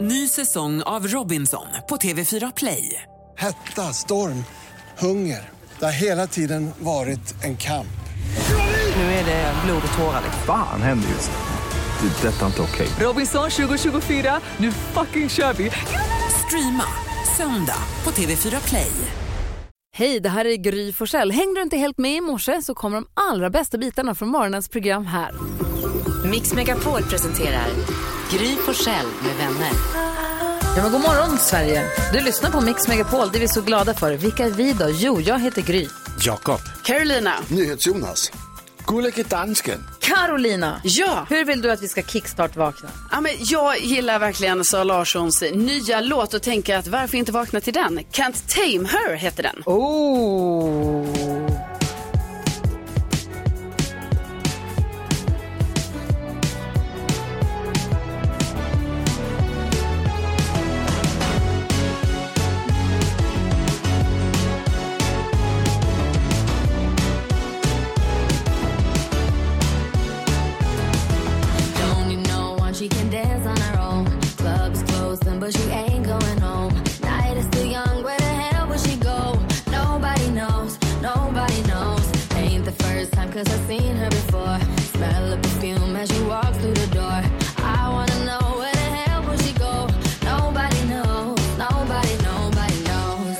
Ny säsong av Robinson på TV4 Play. Hetta, storm, hunger. Det har hela tiden varit en kamp. Nu är det blod och tårar. liksom. Fan händer just nu. Det. är Detta är inte okej. Robinson 2024, nu fucking kör vi! Streama söndag på TV4 Play. Hej, det här är Gry Forssell. Hängde du inte helt med i morse så kommer de allra bästa bitarna från morgonens program här. Mix Megapol presenterar Gry Forssell med vänner. Ja, men god morgon Sverige! Du lyssnar på Mix Megapol, det är vi så glada för. Vilka är vi då? Jo, jag heter Gry. Jakob. Carolina. NyhetsJonas. Gullige dansken. Carolina! Ja. Hur vill du att vi ska kickstart-vakna? Ja, men jag gillar verkligen Sara Larssons nya låt och tänker att varför inte vakna till den? Can't tame her heter den. Oh. Don't you know why she can dance on her own? Clubs closing, but she ain't going home. Night is still young, where the hell will she go? Nobody knows, nobody knows. Ain't the first time, cause I've seen her before. Smell the perfume as she walks through the door. I wanna know where the hell will she go? Nobody knows, nobody, nobody knows.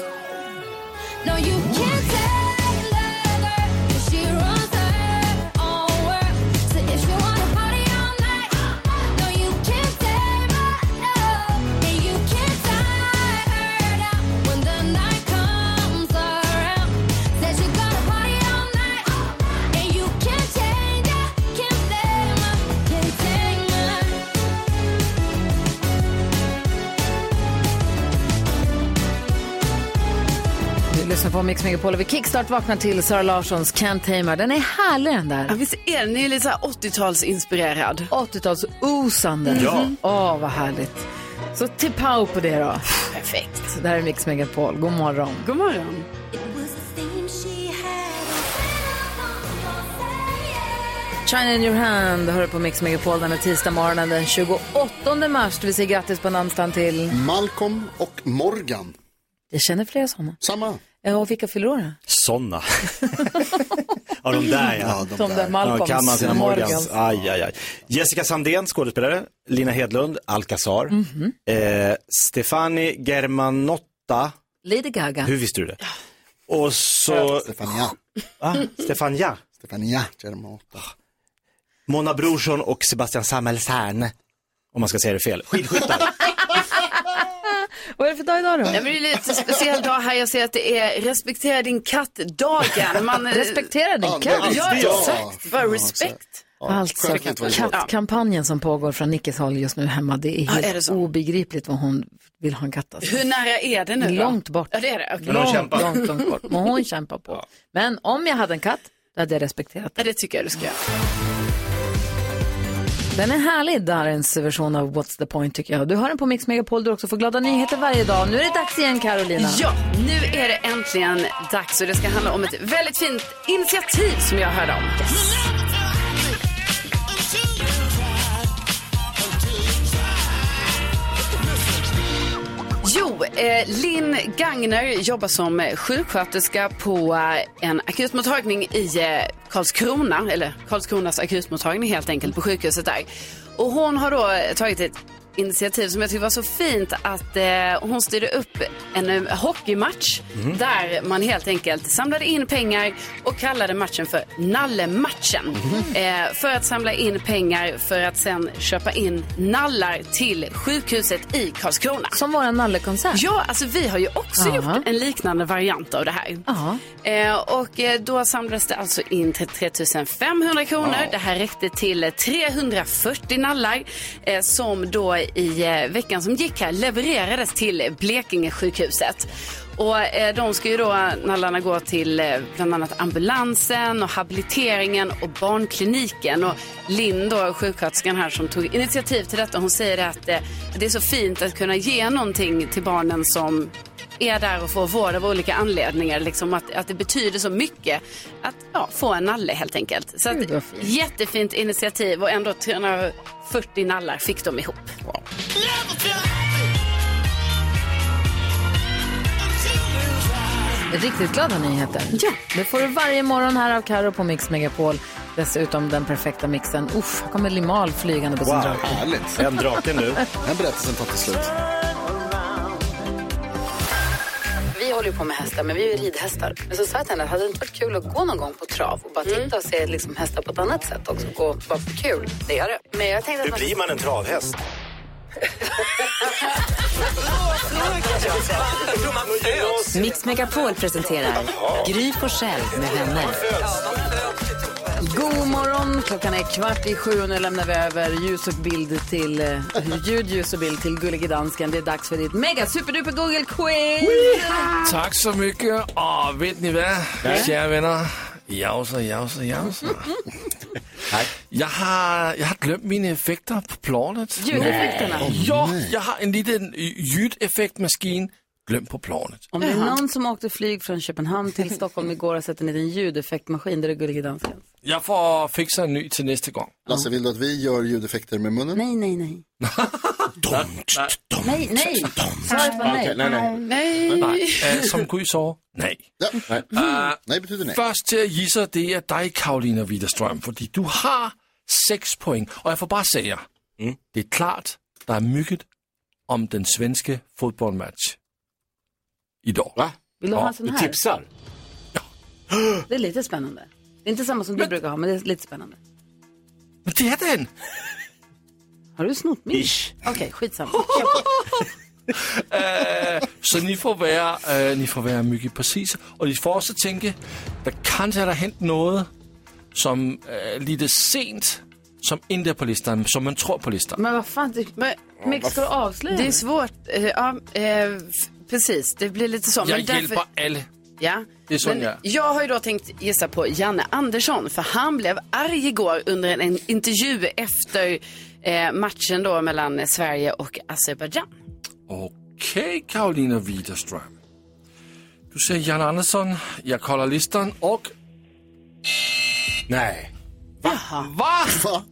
No, you can't tell her, 'cause she runs her own world. So if you wanna party all night, no, you can't save her, no. And you can't tie her down when the night comes around. Says you're gonna party all night, and you can't change her, can't save her, can't take her. Du lyssnar på Mix Megapol och vi kickstart-vaknar till Sara Larssons Can't Tame Her. Den är härlig den där. Ja, visst är den? Den är lite så här 80-talsinspirerad. 80-talsosande. Ja. Åh, vad härligt. Så tippau på det då. Perfekt. Det här är Mix Megapol. God morgon. God morgon. China in your hand hör du på Mix Megapol den här tisdag morgonen den 28 mars. Vi säger grattis på namnsdagen till... Malcolm och Morgan. Jag känner flera sådana. Samma. Ja, och vilka fyller år då? Sådana. ja, de där ja. de Ja, De där där. Malcolms, kan man sina Morgans. Morgans. Aj, aj, aj. Jessica Sandén, skådespelare. Lina Hedlund, Alcazar. Mm. Mhm. Eh, Stefani Germanotta. Lady Gaga. Hur visste du det? Och så... Stefania. Ah, Stefania. Stefania Germanotta. Mona Brorsson och Sebastian Samuelsson. Om man ska säga det fel. Skidskyttar. Vad är det för dag idag då? Ja, men det är lite speciell dag här. Jag ser att det är respektera din katt-dagen. Man, eh, Respektera din Ja, katt. det- Ja, Ja. exakt. Bara respekt. Ja, Alltså, själv kan jag inte vara emot. kattkampanjen som pågår från Nickes håll just nu hemma, det är Ja, helt är det så? obegripligt vad hon vill ha en katt alltså. Hur nära är det nu då? Långt bort. Ja, det är det. Okej. hon långt, kämpar. långt, långt bort. Men hon kämpar på. Men om jag hade en katt, då hade jag respekterat Ja, den. det tycker jag du ska göra. Den är härlig, Darrens version av What's the point tycker jag. Du hör den på Mix Megapol, du också får glada nyheter varje dag. Nu är det dags igen Carolina. Ja, nu är det äntligen dags och det ska handla om ett väldigt fint initiativ som jag hörde om. Jo, eh, Linn Gagner jobbar som eh, sjuksköterska på eh, en akutmottagning i eh, Karlskrona, eller Karlskronas akutmottagning helt enkelt, på sjukhuset där. Och hon har då eh, tagit ett initiativ som jag tycker var så fint att eh, hon styrde upp en eh, hockeymatch där man helt enkelt samlade in pengar och kallade matchen för Nallematchen. Eh, för att samla in pengar för att sen köpa in nallar till sjukhuset i Karlskrona. Som våran nallekonsert. Ja, alltså vi har ju också Ja. gjort en liknande variant av det här. Ja. Eh, och eh, då samlades det alltså in 33 500 kronor. Det här räckte till eh, 340 nallar eh, som då i eh, veckan som gick här levererades till Blekinge sjukhuset. Och eh, de ska ju då eh, nallarna gå till eh, bland annat ambulansen och habiliteringen och barnkliniken. Och Linn då, sjuksköterskan här som tog initiativ till detta, hon säger att eh, det är så fint att kunna ge någonting till barnen som är där och får vård av olika anledningar. Liksom att, att det betyder så mycket att ja, få en nalle helt enkelt. Så Gud, vad att, fint. jättefint initiativ och ändå 340 nallar fick de ihop. Never feel like Riktigt glada nyheter. Ja. Det får du varje morgon här av Karo på Mix Megapol. Dessutom den perfekta mixen. Uff, här kommer Limal flygande på sin Wow. drake. Härligt. En drake nu. Den här berättelsen tar till slut. Vi håller ju på med hästar, men vi är ju ridhästar. Men så sa jag till henne, hade det inte varit kul att gå någon gång på trav och bara titta och se liksom hästar på ett annat sätt också? Gå bara för kul. Det är det. Men jag tänkte att Hur man... blir man en travhäst? Mix Megapol presenterar Gry på själv med vänner. God morgon! Klockan är kvart i sju och nu lämnar vi över ljus och bild till... eh, ljud, ljus och bild till gullige dansken. Det är dags för ditt mega superduper Google quiz! Tack så mycket. Och vet ni vad, kära vänner? Jausa, jausa, jausa. Jag har, jag har glömt mina effekter på planet. Ljudeffekterna. Ja, jag har en liten ljudeffektmaskin glömt på planet. Om det är någon som åkte flyg från Köpenhamn till Stockholm igår och sett en liten ljudeffektmaskin, där är gullige dansken. Jag får fixa en ny till nästa gång. Lasse, vill du att vi gör ljudeffekter med munnen? Nej, nej, nej. nej, nej. Svaret var nej. Nej, eh, som Gry sa, Eh, nej. Ja. Nej. nej betyder nej. Först till att gissa, øh, det är dig Karolina Widerström, för du har sex poäng. Och jag får bara säga, det är klart, det är mycket om den svenska fotbollsmatch idag. Va? Vill du ha en sån här? Tipsar. Det är lite spännande. Det är inte samma som du brukar ha, men det är lite spännande. Men det är den! Har du snott min? Ish. Okej, skitsamma. Kör på. Så ni får vara, øh, ni får vara mycket præcise, och ni får också tänka, der kanske har hänt något som är lite sent, som inte är på listan, som man tror på listan. Men vad fan, det, Men, Mix, ska du avslöja? det är svårt. Eh, Ja, eh, f- precis, det blir lite så. Jag hjälper alla. Ja. Det är sån Men jag är. jag har ju då tänkt gissa på Janne Andersson för han blev arg igår under en intervju efter eh, matchen då mellan Sverige och Azerbajdzjan. Okay, Karolina Widerström. Du säger Jan Andersson, jag kollar listan och... Nej. Va? Va? Va?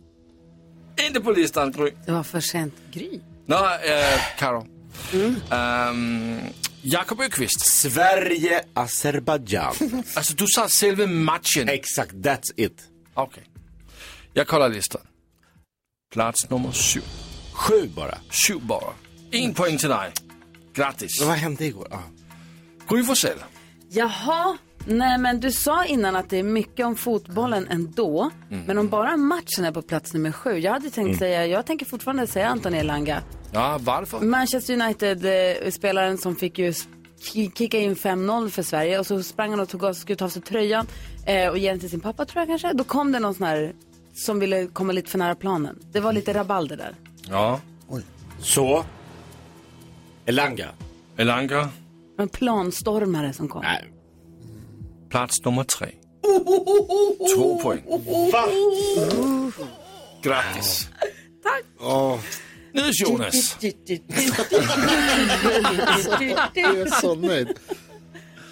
Inte på listan, Gry. det var för sent. Gry. Nej, äh, Karo. Ehm, Jakob Öqvist. Sverige, Azerbajdzjan. Alltså, du sa själva matchen. Exakt, that's it. Okej. Jag kollar listan. Plats nummer sju. Sju bara. Sju bara. En poäng till dig. Grattis. Vad hände igår? Ah. Gry Forssell. Jaha, nej men du sa innan att det är mycket om fotbollen ändå. Men om bara matchen är på plats nummer sju. Jag hade tänkt säga, jag tänker fortfarande säga Anton Elanga. Ja, varför? Manchester United-spelaren som fick ju sk- kicka in 5-0 för Sverige och så sprang han och tog av, skulle ta av sig tröjan eh, och ge den till sin pappa tror jag kanske. Då kom det någon sån här som ville komma lite för nära planen. Det var lite rabalder där. Ja. Så. Elanga. Elanga. En planstormare som kom. Nej. Plats nummer tre. Oh, Två poäng. Grattis. Tack. Nu Jonas. Jag är så nöjd.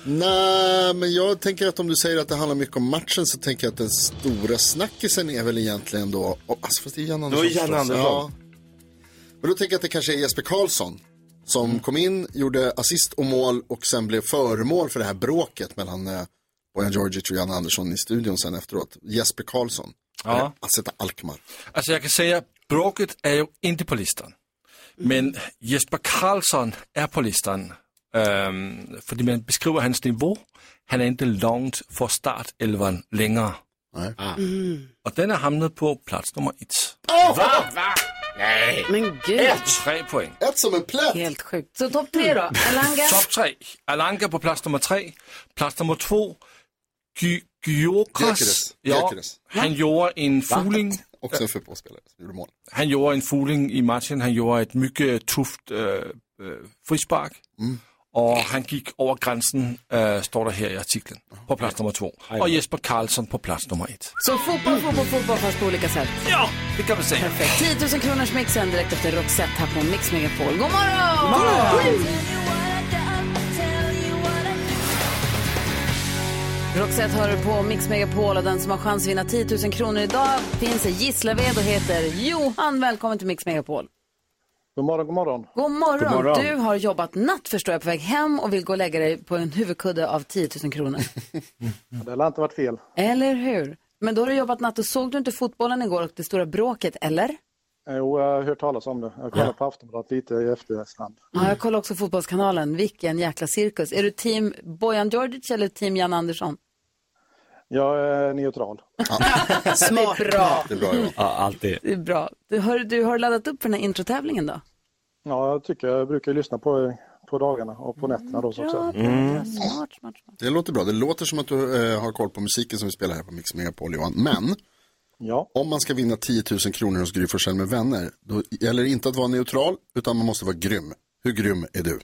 Nej, men jag tänker att om du säger att det handlar mycket om matchen så tänker jag att den stora snackisen är väl egentligen då... Oh, alltså, fast det är Jan Andersson. Jan förstås. Andersson. Ja. Men då tänker jag att det kanske är Jesper Karlsson som kom in, gjorde assist och mål och sen blev föremål för det här bråket mellan eh, Bojan Djordjic och Jan Andersson i studion sen efteråt. Jesper Karlsson. Ja. Eller Asseta Alkmaar. Alltså jag kan säga, bråket är ju inte på listan. Men Jesper Karlsson är på listan. Um, för man beskriver hans nivå. Han är inte långt från startelvan längre. Mm. Nej. Och den har hamnat på plats nummer ett. Men gud, Tre poäng. Ett som en plätt! Helt sjukt. Så topp tre då. Elanga. Topp tre. Alanka på plats nummer tre. Plats nummer två. Gy- Gyokras. Gyökeres. Ja, Gyökeres. han gjorde en fuling. Också en fotbollsspelare som gjorde mål. Han gjorde en fuling i matchen. Han gjorde ett mycket tufft äh, frispark. Mm. Och han gick över gränsen, äh, står det här i artikeln, på plats nummer två. Och Jesper Karlsson på plats nummer ett. Så fotboll, fotboll, fotboll fast på olika sätt. Ja, det kan vi säga. 10 000 kronors mixen direkt efter Roxette här på Mix Megapol. God morgon! Roxette hör du på Mix Megapol och den som har chans att vinna 10 000 kronor idag finns i Gislaved och heter Johan. Välkommen till Mix Megapol. God morgon, god morgon. God morgon. God morgon. Du har jobbat natt förstår jag på väg hem och vill gå och lägga dig på en huvudkudde av 10 000 kronor. Det har inte varit fel. eller hur? Men då har du jobbat natt och såg du inte fotbollen igår och det stora bråket, eller? Eh, Jo, jag har hört talas om det. Jag kollade på Aftonbladet lite i efterhand. Ja, jag kollar också Fotbollskanalen. Vilken jäkla cirkus. Är du team Bojan Djordjic eller team Jan Andersson? Jag är neutral. Smart. Det är bra. Det är bra jobbat. Ja, alltid. Det är bra. Du har, du har laddat upp för den här introtävlingen då? Ja, jag tycker jag brukar ju lyssna på, på dagarna och på nätterna då så också. Bra, bra, Mm. smart, smart. Det låter bra. Det låter som att du eh, har koll på musiken som vi spelar här på Mix Megapol, Johan. Men om man ska vinna 10 000 kronor hos Gry Forssell med vänner, då gäller det inte att vara neutral, utan man måste vara grym. Hur grym är du?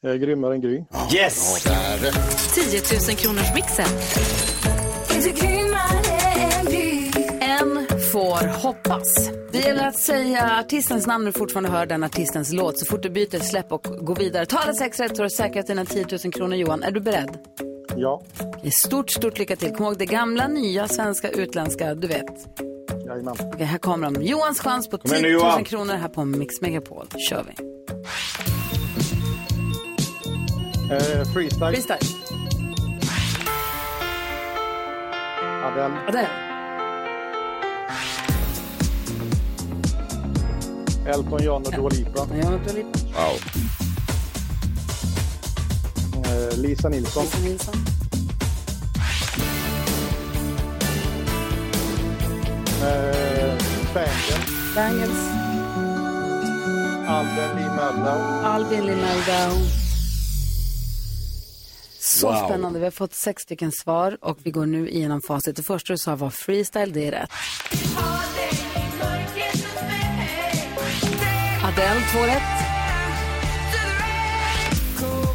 Jag är grymmare än Gry. Yes! Ja, där är det. 10 000 kronors mixen. En får hoppas. Det gäller att säga artistens namn när du fortfarande hör den artistens låt. Så fort du byter, släpp och gå vidare. Ta alla sex rätt så har du säkrat dina 10 000 kronor. Johan, är du beredd? Ja, Okej, Stort, stort lycka till. Kom ihåg det gamla, nya, svenska, utländska, du vet. jajamän. Okej, här kommer de. Johans chans på Kom igen 10 nu, 000 Johan. kronor här på Mix Megapol. kör vi. Eh, freestyle. Freestyle. Adele. Adele. Elton John och Dua Lipa. John och Dua Lipa. Wow. Eh, Lisa Nilsson. Lisa Nilsson. Eh, Spangel. Bangles. Albin Lee Meldau. Albin Limeldau. Så Wow. spännande. Vi har fått sex stycken svar och vi går nu igenom facit. Det första du sa var freestyle, det är rätt. Adele, två rätt.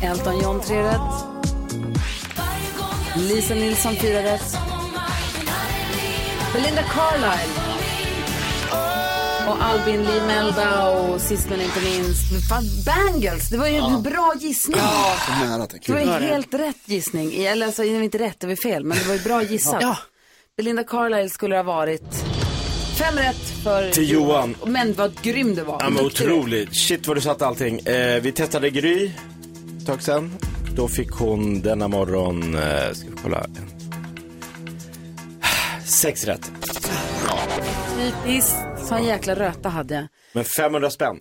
Elton John, tre rätt. Lisa Nilsson, fyra rätt. Belinda Carlisle. Och Albin Lee Meldau, sist men inte minst. Fan, Bangles, det var ju en bra gissning. Så nära tänker Det var jag. ju helt rätt gissning. Eller alltså, det var inte rätt, det var fel, men det var ju bra gissat. Ja. Belinda Carlisle skulle ha varit fem rätt för Till Johan. Men vad grym du var. Ja, men Duktig du är. otroligt. Shit vad du satte allting. Eh, vi testade Gry ett tag sedan. Då fick hon denna morgon, eh, ska vi kolla, en... sex rätt. Typiskt. Sån jäkla röta hade jag. Men 500 spänn.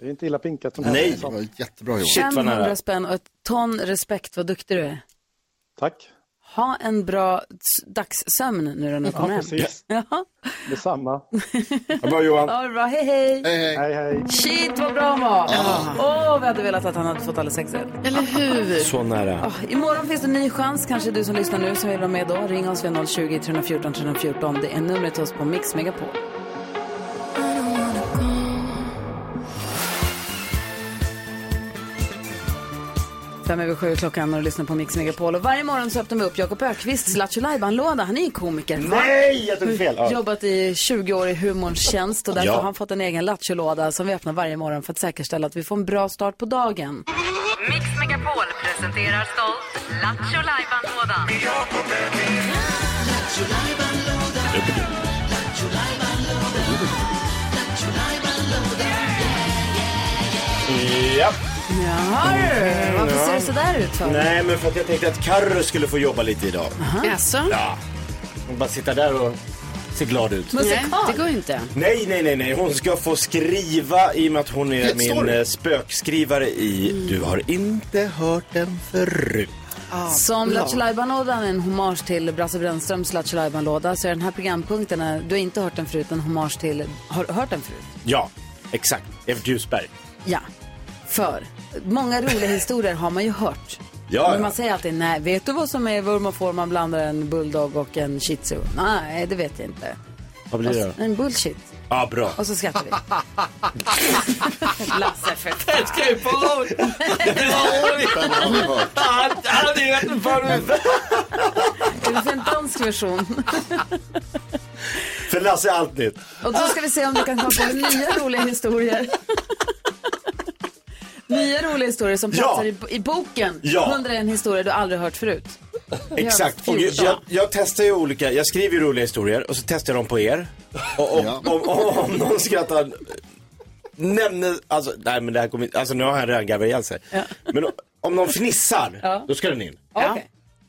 Det är inte illa pinkat. som Nej. helst, alltså. Jättebra Shit vad 500 nära. spänn och ett ton respekt, vad duktig du är. Tack. Ha en bra s- dagssömn nu när du Ja, kommer hem. precis. Ja. Detsamma. Bra Ha det bra, hej hej! Hej hej! hej. Shit vad bra han var! Åh, vi hade velat att han hade fått alla sex rätt. Eller hur? Så nära. Imorgon finns det en ny chans, kanske du som lyssnar nu som vill vara med då. Ring oss vid 020 314 314. Det är numret till oss på Mix Megapol. Fem över sju är klockan och du lyssnar på Mix Megapol. Och varje morgon så öppnar vi upp Jakob Ökvists Lattjo Lajban-låda. Han är ju komiker. va? Nej, jag tog fel. Ja. Jobbat i 20 år i humorns tjänst och därför Ja. har han fått en egen Lattjo-låda som vi öppnar varje morgon för att säkerställa att vi får en bra start på dagen. Mix Megapol presenterar stolt Lattjo Lajban-lådan. Ja. Jaha du, varför ser det sådär ut för? Nej, men för att jag tänkte att Carro skulle få jobba lite idag. Jaså? Ja. Hon bara sitta där och se glad ut. Nej, det går ju inte. Nej, nej, nej, nej. Hon ska få skriva i och med att hon är min eh, spökskrivare i Du har inte hört den förut. Som ah, bra. Lattjo Lajban-lådan är en hommage till Brasse Brännströms Lattjo Lajban-låda så är den här programpunkten, eh, du har inte hört den förut, en hommage till, har du hört den förut? Ja, exakt. Evert Ljusberg. Ja, för många roliga historier har man ju hört. Ja, Men ja. man säger alltid, nej, vet du vad som är vurma får man blandar en bulldog och en shih tzu? Nej, det vet jag inte. Vad blir det? En bullshit. Ja, bra. Och så skrattar vi. Lasse för fan. Skriv på ord! Han hade ju rätt förut. Det finns en dansk version. För Lasse är allt nytt. Och då ska vi se om du kan komma på nya roliga historier. Nya roliga historier som Ja. platsar i, i boken. Ja. 101 historier du aldrig hört förut. Exakt. Och jag, jag, jag testar ju olika, jag skriver ju roliga historier och så testar jag dem på er. Och, och, om, om, om någon skrattar nämner, alltså, nej men det här kommer inte- alltså nu har han redan garvat ihjäl sig. Men o- om någon fnissar, Ja. då ska den in. Ja.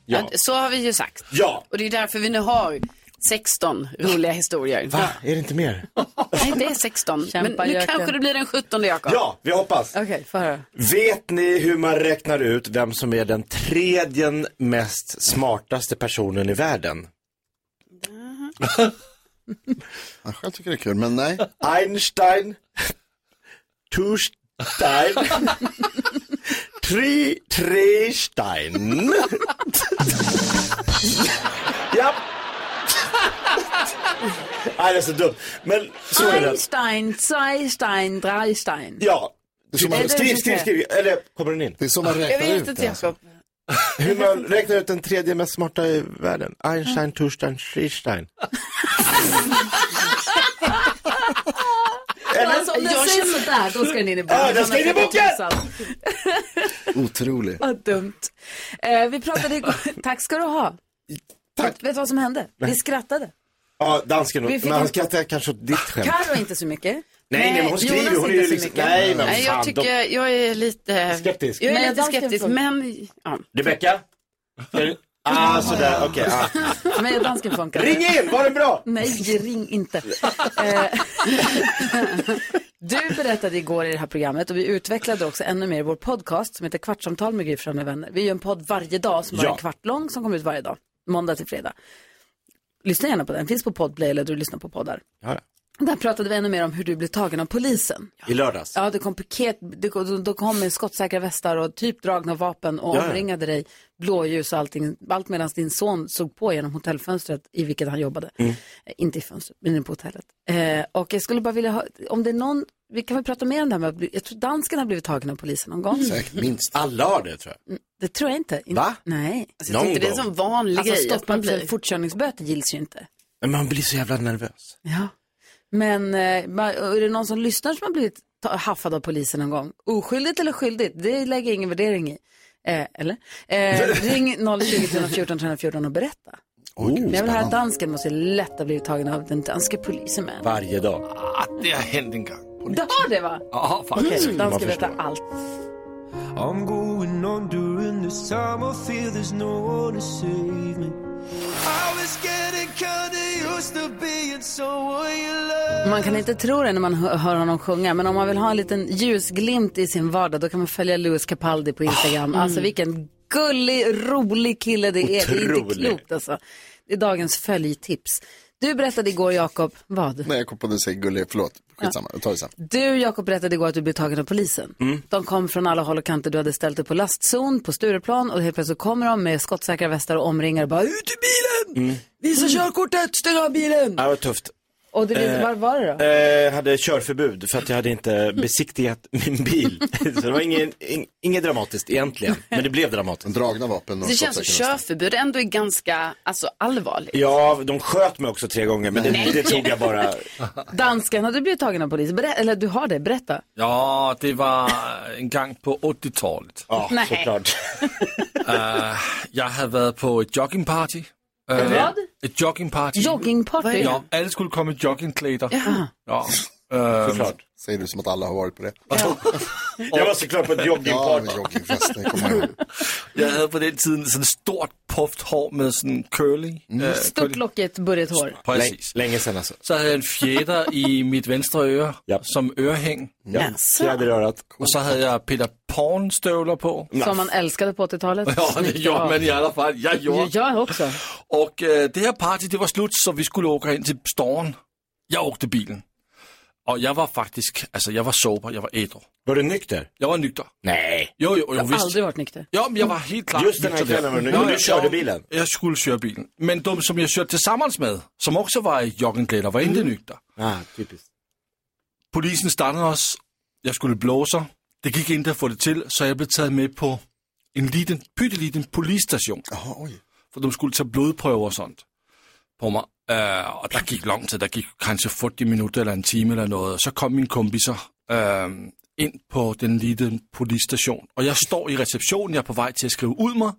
Ja. Så har vi ju sagt. Ja. Och det är därför vi nu har 16 roliga historier. Va, är det inte mer? Nej, det är 16. Kämpa, men nu Jöken. kanske det blir den 17 Jakob. Ja, vi hoppas. Okej, okay, få höra. Vet ni hur man räknar ut vem som är den tredje mest smartaste personen i världen? Jag själv tycker det är kul, men nej. Einstein, Turstein, Tri, Trestein. Japp. Nej, det är så dumt. Men så är det. Einstein, Zweistein, Dreistein. Ja. som man- Skriv, skriv, skriv, skriv. Eller kommer den in? Det är så man räknar vet ut inte, det, alltså. Jakob. Hur man räknar ut den tredje mest smarta i världen. Einstein, Turstein, Trestein. Alltså, om den Jag säger känner- sådär, då ska den in i boken. Ja, den ska in i boken! Otrolig. typ Vad dumt. Eh, vi pratade igår. Tack ska du ha. Tack. Vet du vad som hände? Vi Nej. skrattade. Ja, dansken. Vi fick Men han en- skrattar kanske åt ditt skämt. Karo inte så mycket. Nej, nej, men hon skriver, Jonas hon är inte ju så liksom- mycket. nej, men Nej, jag fan, tycker, jag är lite Skeptisk. Jag är Men lite dansken skeptisk, får- men ja. Rebecka? Ska du- Ah, sådär, okej. ah. Men jag dansken funkar. Ring in, var det bra? Nej, ring inte. Eh, du berättade igår i det här programmet och vi utvecklade också ännu mer i vår podcast som heter Kvartsamtal med Gry Forssell med vänner. Vi gör en podd varje dag som bara Ja. är en kvart lång som kommer ut varje dag, måndag till fredag. Lyssna gärna på den, finns på Podplay eller där du lyssnar på poddar. Ja, Där pratade vi ännu mer om hur du blev tagen av polisen. I lördags. Ja, det kom paket, det kom, de kom med skottsäkra västar och typ dragna vapen och Ja, ja. omringade dig, blåljus och allting, allt medan din son såg på genom hotellfönstret i vilket han jobbade. Mm. Eh, Inte i fönstret, men inne på hotellet. Eh, och jag skulle bara vilja ha, om det är någon, vi kan väl prata mer om det här med, att bli- jag tror dansken har blivit tagen av polisen någon gång. Säkert minst. Alla har det tror jag. Det tror jag inte. In- Mm. Va? Nej. Alltså, jag Någon tyckte det är en gång. sån vanlig alltså, grej att Stoppa man blir- fortkörningsböter gills ju inte. Men man blir så jävla nervös. Ja. Men eh, ma- är det någon som lyssnar som har blivit ta- haffad av polisen någon gång? Oskyldigt eller skyldigt? Det lägger jag ingen värdering i. Eh, eller? Eh, ring 020 314 314 och berätta. Men jag vill höra att dansken måste lätt ha blivit tagen av den danske polisen. men- Varje dag. Ah, det har hänt en gång. Det har det va? Ja, Okej, faktiskt. dansken berättar allt. I'm going on during this time. I feel there's no one to save me. I was getting kinda used to being someone you love. Man kan inte tro det när man hö- hör honom sjunga, men om man vill ha en liten ljusglimt i sin vardag då kan man följa Louis Capaldi på Instagram. Mm. Alltså vilken gullig, rolig kille det är. Det är inte Otrolig. klokt alltså. Det är dagens följtips. Du berättade igår, Jakob, vad? Nej, jag kom på det säger gullig, förlåt. Skitsamma, jag tar det sen. Du, Jakob, berättade igår att du blev tagen av polisen. Mm. De kom från alla håll och kanter. Du hade ställt dig på lastzon på Stureplan och helt plötsligt kommer de med skottsäkra västar och omringar och bara ut i bilen! Visa körkortet, stäng av bilen! Mm. Ja, det var tufft. Mm. Och du, Eh, vad var det då? Eh, hade körförbud för att jag hade inte besiktigat min bil. Så det var ingen, ing, inget dramatiskt egentligen. Men det blev dramatiskt. Dragna vapen Det känns som körförbud ändå är ganska alltså, allvarligt. Ja, de sköt mig också tre gånger men det, Nej. det tog jag bara. Dansken, har du blivit tagen av polisen? Berä- eller du har det, berätta. Ja, det var en gång på 80-talet. Ja, Nej. såklart. Eh, jag hade varit på ett joggingparty. Eh, Ett vad? Ett joggingparty. Joggingparty? Ja, alla skulle komma i joggingkläder. Jaha. Ja. eh, Ehm. Såklart. Säger du som att alla har varit på det. Jag var såklart på ett joggingparty. Ja, joggingfest, det kommer jag ihåg. Jag hade på den tiden sådan stort pufft hår med sådan curly. eh, Mm. Stort lockigt burrigt hår. Precis. Länge sedan alltså. Så hade jag en fjäder i mitt vänstra öra som örhäng. Ja, Jaså. fjäder i örat. Och så hade jag Peter Pan-stövlar på. Som man älskade på 80-talet. Ja, det Snyggt gjorde var. man i alla fall. Jag gjorde. Jag också. Och eh, det här party, det var slut så vi skulle åka in till stan. Jag åkte bilen. Och jag var faktiskt, alltså jag var sober, jag var ädel. Var du nykter? Jag var nykter. Nej. Jo, jo, Jag jo har visst. aldrig varit nykter. Ja, men jag var helt klart Just den här nykter där. kvällen var du nykter. Ja, Du ja, körde ja. bilen. Jag skulle köra bilen. Men de som jag körde tillsammans med, som också var i joggingkläder, var inte nykter. Ah, typiskt. Polisen stannade oss. Jag skulle blåsa. Det gick inte att få det till, så jag blev tagen med på en liten, pytteliten polisstation. För de skulle ta blodprøver och sånt på mig. Øh, och det gick lång tid. Det gick kanske 40 minuter eller en timme eller något. Så kom min kompisar øh, in på den lilla polisstation. Och jag står i receptionen. Jag är på väg till att skriva ut mig.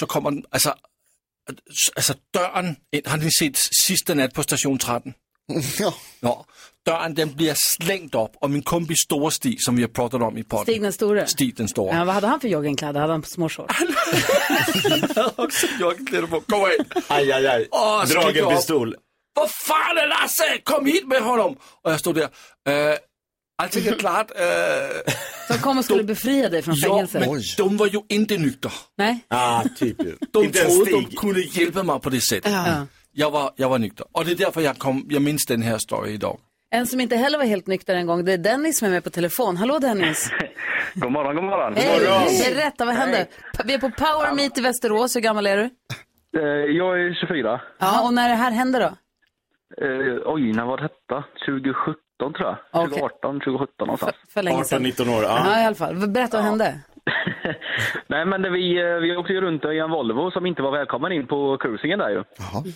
Så kommer den, alltså, alltså dörren ind. Har ni sett sista nat på station 13? Ja. Dörren den blir slängt upp och min kompis stora Stig som vi har pratat om i podden. Stig den store. Stig den stora. Ja, vad hade han för joggingkläder? Hade han små shorts? också joggingkläder på. Kom in! Aj, aj, aj. Åh, ska Dragen gå upp. pistol. Vad fan är Lasse? Kom hit med honom! Och jag stod där. Eh, allting är klart. Eh, Som kom och skulle befria dig från ja, fängelse. men de var ju inte nyktra. Nej. Ah, typ. De Inte ens trodde de Stig. kunde hjälpa mig på det sättet. Mm. Ja. Jag, var, jag var nykter. Och det är därför jag, kom, jag minns den här storyn idag. En som inte heller var helt nykter en gång, det är Dennis som är med på telefon. Hallå Dennis! God morgon, god morgon. Hej, berätta, vad hände? Vi är på Power Meet i Västerås, hur gammal är du? Eh, Jag är 24. Ja, och när det här händer då? Eh, oj, när var detta? 2017 tror jag. 2018, 2017 någonstans. för länge sedan. 18-19 år, Ja, i alla fall. Berätta vad hände? Nej, men det, vi, eh, vi åkte ju runt i en Volvo som inte var välkommen in på cruisingen där ju.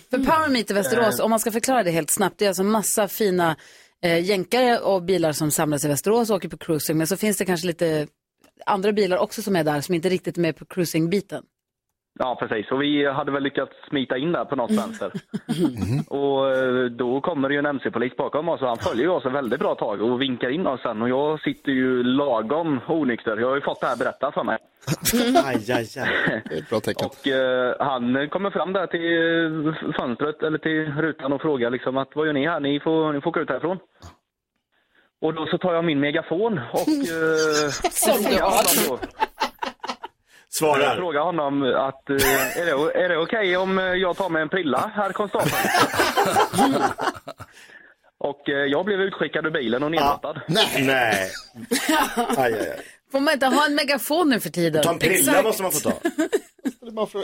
För Mm. Power Meet i Västerås, Eh. om man ska förklara det helt snabbt, det är alltså massa fina eh, jänkare och bilar som samlas i Västerås och åker på cruising, men så finns det kanske lite andra bilar också som är där som inte riktigt är med på cruisingbiten. Ja, precis. Och vi hade väl lyckats smita in där på något vänster. Mm-hmm. Och eh, då kommer det ju en MC-polis bakom oss och han följer ju oss ett väldigt bra tag och vinkar in oss sen. Och jag sitter ju lagom onykter. Jag har ju fått det här berättat för mig. Aj, aj, aj. Det är ett bra tecken. Och eh, han kommer fram där till eh, fönstret, eller till rutan och frågar liksom att vad gör ni här? Ni får, ni får gå ut härifrån. Och då så tar jag min megafon och eh, Som du har. frågar honom då. Svarar. Jag frågar honom att eh, är det, är det okej om eh, jag tar med en prilla, herr konstapeln? och eh, jag blev utskickad ur bilen och nedmattad. Nej. Ah, Nej. Aj, aj, aj. Får man inte ha en megafon nu för tiden? Ta en prilla Exakt. måste man få ta.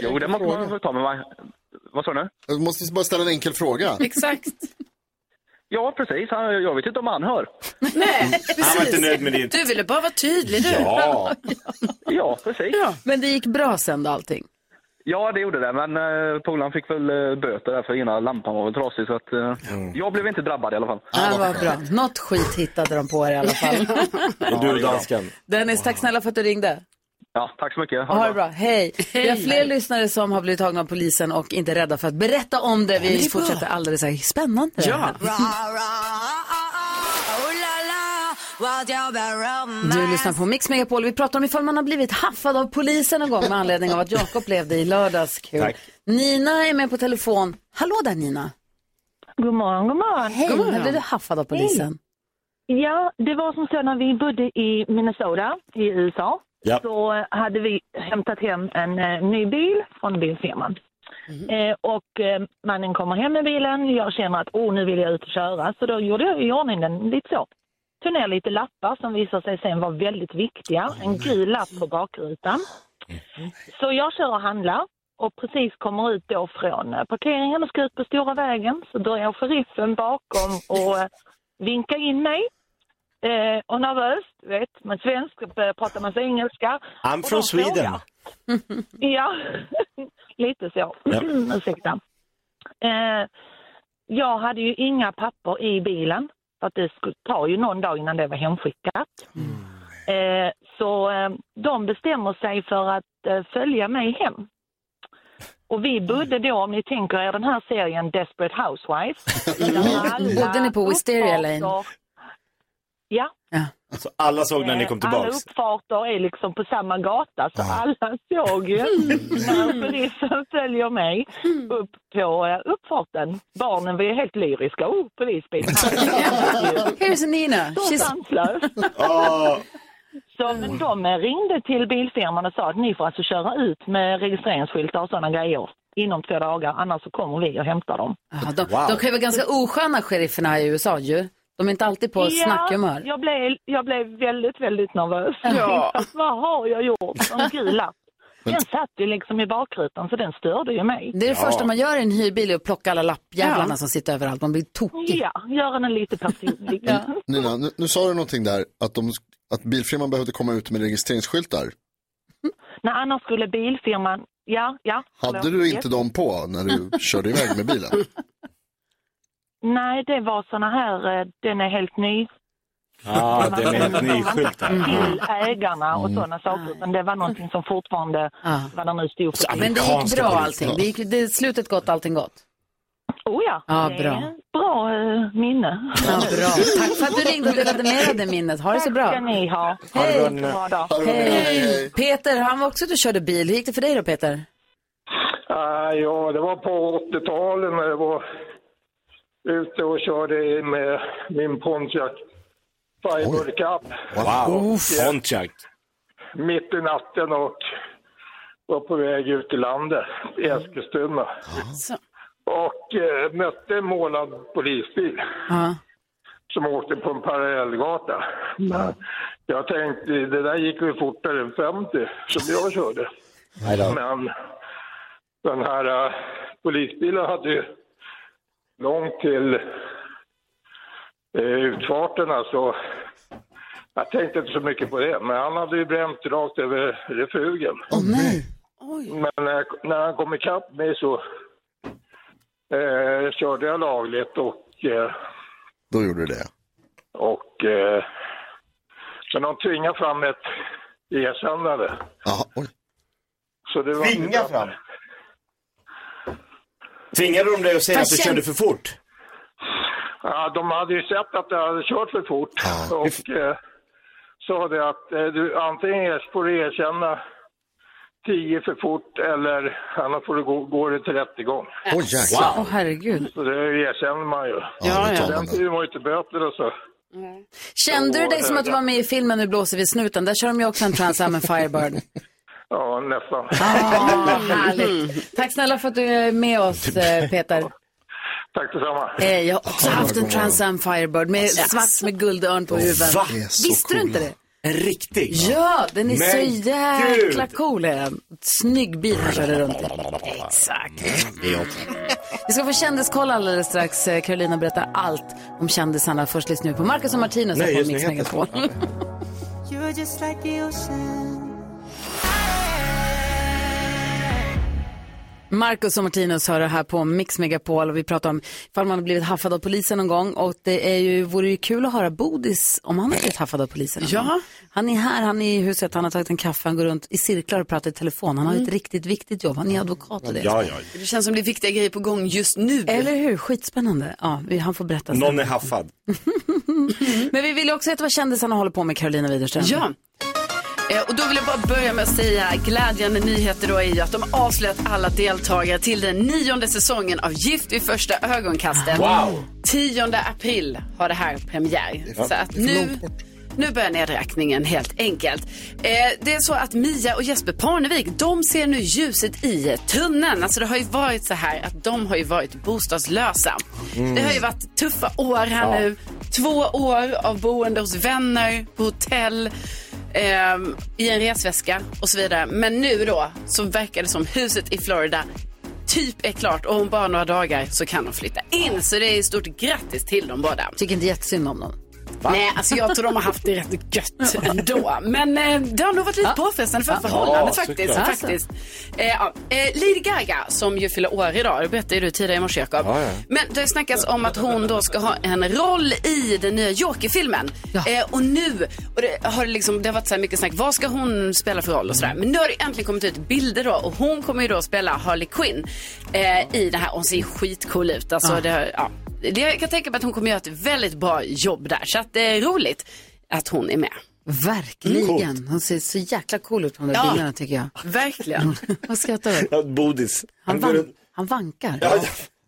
Jo, det måste man få ta med mig. Vad sa du? Jag måste bara ställa en enkel fråga. Exakt. Ja, precis. Han- Jag vet inte om han hör. Mm. Nej, precis. inte nöjd med ditt- Du ville bara vara tydlig du. ja precis. Men det gick bra sen då allting? Ja, det gjorde det. Men eh, polaren fick väl eh, böter där för ena lampan var väl trasig. Så att, eh, Jag blev inte drabbad i alla fall. Ah, Ja, vad bra. Något skit hittade de på er i alla fall. Du och dansken. Dennis, tack snälla för att du ringde. Ja, tack så mycket. Ha det bra. Hej. Vi har fler lyssnare som har blivit tagna av polisen och inte är rädda för att berätta om det. Ja, det Vi är bra. fortsätter alldeles här. Spännande. Ja. Du lyssnar på Mix Megapol. Vi pratar om ifall man har blivit haffad av polisen någon gång med anledning av att Jakob levde i lördags. Kul. Tack. Nina är med på telefon. Hallå där Nina. God morgon, god morgon. God morgon. När blev du haffad av polisen? Ja, det var som så när vi bodde i Minnesota i USA. Ja. Så eh, hade vi hämtat hem en eh, ny bil från bilfirman. Mhm. Eh, och eh, mannen kommer hem med bilen. Jag känner att oh, nu vill jag ut och köra. Så då gjorde jag i ordning den lite så. Tog ner lite lappar som visade sig sen vara väldigt viktiga. En gul lapp på bakrutan. Så jag kör och handlar och precis kommer ut då från eh, parkeringen och ska ut på stora vägen så börjar sheriffen bakom och eh, vinka in mig. Eh, och nervöst, vet, man svensk, eh, pratar massa engelska. I'm Och from de frågar. Sweden. Ja, lite så. Ja. Ursäkta. Eh, jag hade ju inga papper i bilen. För att det skulle ta ju någon dag innan det var hemskickat. Eh, så eh, de bestämmer sig för att eh, följa mig hem. Och vi bodde då, om ni tänker er den här serien Desperate Housewives. där alla Bodde ni på Wisteria Lane? uppfarter- Ja, Så alla såg när ni kom Eh, alla tillbaks. Ah. uppfarter är liksom på samma gata så alla såg ju Mm. när polisen följer mig Mm. upp på eh, uppfarten. Barnen var ju helt lyriska. Oh, polisbil! Here's Nina. Så sanslös. Ah. Så men de eh, ringde till bilfirman och sa att ni får alltså köra ut med registreringsskyltar och sådana grejer inom två dagar annars så kommer vi och hämtar dem. Ja, de, de kan ju vara ganska osköna sherifferna i USA ju. De är inte alltid på snackhumör. jag blev, jag blev väldigt, väldigt nervös. Ja. Jag tänkte, Vad har jag gjort? En gul lapp. Den satt ju liksom i bakrutan så den störde ju mig. Det är det första man gör i en hyrbil är att plocka alla lappjävlarna Ja. som sitter överallt. Man blir tokig. Ja, gör den lite personlig. Nina, nu, nu sa du någonting där att, de, att bilfirman behövde komma ut med registreringsskyltar. När annars skulle bilfirman... Ja, ja. Hade förlåt. du Yes. inte dem på när du körde iväg med bilen? Nej, det var såna här... eh, Den är helt ny. Ah. Mm. Ja, den är helt nyskilt här. Till ägarna och Mm. sådana saker. Men det var någonting som fortfarande... Vad det nu stod för. Men det gick bra allting. Det, gick, det, slutet gott, allting gott. Oh ja, Ja, det är bra. bra eh, minne. Ja, bra. Tack för att du ringde och delade med dig av det minnet. Ha det så bra. Tack ska ni ha. Hej. Ha det bra, Ninni. Ha det bra. Hej. Hej. Peter, han var också ute och körde bil. Hur gick det för dig då, Peter? Ah, ja, det var på 80-talet när jag var ute och körde med min Pontiac Firebird Cup. Wow, eh, Pontiac. Mitt i natten och var på väg ut i landet, i Eskilstuna. Och eh, mötte en målad polisbil Ja. som åkte på en parallellgata. Men Jag tänkte, det där gick ju fortare än 50 som jag körde. Nej då. Men den här eh, polisbilen hade ju långt till eh, utfarten alltså. Jag tänkte inte så mycket på det, men han hade ju bränt rakt över refugen. Men när, när han kom ikapp mig så eh, körde jag lagligt och eh, Då gjorde du det. och, eh, men de tvingade fram ett erkännande. Så det var Tvinga fram? Tvingade de dig att säga att Fast du känn- körde för fort? Ja, de hade ju sett att jag hade kört för fort och eh, sa det att eh, du antingen får du erkänna 10 för fort eller annars får du gå, gå det till rättegång. Åh, jäklar. Åh, herregud. Så det erkänner man ju. Ja, ja. Den tiden var ju inte böter och så. Kände du dig som att du var med i filmen Nu blåser vi snuten? Där kör de ju också en Trans Am Firebird. Ja, nästan. Ah. Härligt. Tack snälla för att du är med oss, eh, Peter. Tack detsamma. Eh, Jag har också haft en Trans Am Firebird med Alltså. svart med guldörn på huvudet. Va? Det är så Visste du inte coola. det? En riktig? Ja, den är Men så jäkla gud! cool. är den. Snygg bil han körde runt i. Exakt. Det är också. Vi ska få kändiskoll alldeles strax. Eh, Carolina berättar allt om kändisarna. Först lyssnar vi på Marcus och Martinus här på Mix Nöjesnyheter. Megapol. You're just like the ocean. Marcus och Martinus hör det här på Mix Megapol och vi pratar om ifall man har blivit haffad av polisen någon gång och det är ju, vore ju kul att höra Bodis om han har blivit haffad av polisen någon gång. Han är här, han är i huset, han har tagit en kaffe, han går runt i cirklar och pratar i telefon. Han har ju ett Mm. riktigt viktigt jobb, han är advokat och det. Det känns som det är viktiga grejer på gång just nu. Eller hur, skitspännande. Ja, vi, han får berätta sen. Någon är haffad. Men vi vill ju också veta vad kändisarna håller på med, Carolina Widerström. Ja. Eh, Och då vill jag bara börja med att säga glädjande nyheter då är ju att de avslöjat alla deltagare till den nionde säsongen av Gift vid första ögonkastet. Wow. 10 april har det här premiär. Ja, Så att det är för nu, långt nu börjar nedräkningen helt enkelt. Eh, det är så att Mia och Jesper Parnevik, de ser nu ljuset i tunneln. Alltså det har ju varit så här att de har ju varit bostadslösa. Mm. Det har ju varit tuffa år här Ja. nu. Två år av boende hos vänner, på hotell, ehm, i en resväska och så vidare. Men nu då så verkar det som huset i Florida typ är klart och om bara några dagar så kan de flytta in. Så det är stort grattis till dem båda. Tycker inte jättesynd om dem. Va? Nej, alltså jag tror de har haft det rätt gött ändå. Men eh, det har nog varit lite påfrestande för förhållandet Ja, faktiskt. såklart. faktiskt. Eh, ja. eh, Lady Gaga, som ju fyller år idag, det berättade ju du tidigare i morse Jakob. Men det har ju snackats om att hon då ska ha en roll i den nya Joker-filmen. Eh, och nu och det har det liksom, det har varit så här mycket snack, vad ska hon spela för roll och sådär. Men nu har det äntligen kommit ut bilder då och hon kommer ju då spela Harley Quinn eh, i det här. Hon ser ju skitcool ut. Alltså, Ja. det, har- ja. det, jag kan tänka mig att hon kommer göra ett väldigt bra jobb där. Så att det är roligt att hon är med. Verkligen. Hon ser så jäkla cool ut på de där Ja. bilderna tycker jag. Verkligen. Vad skrattar du åt? Ja, Bodis. Han, vann, han vankar.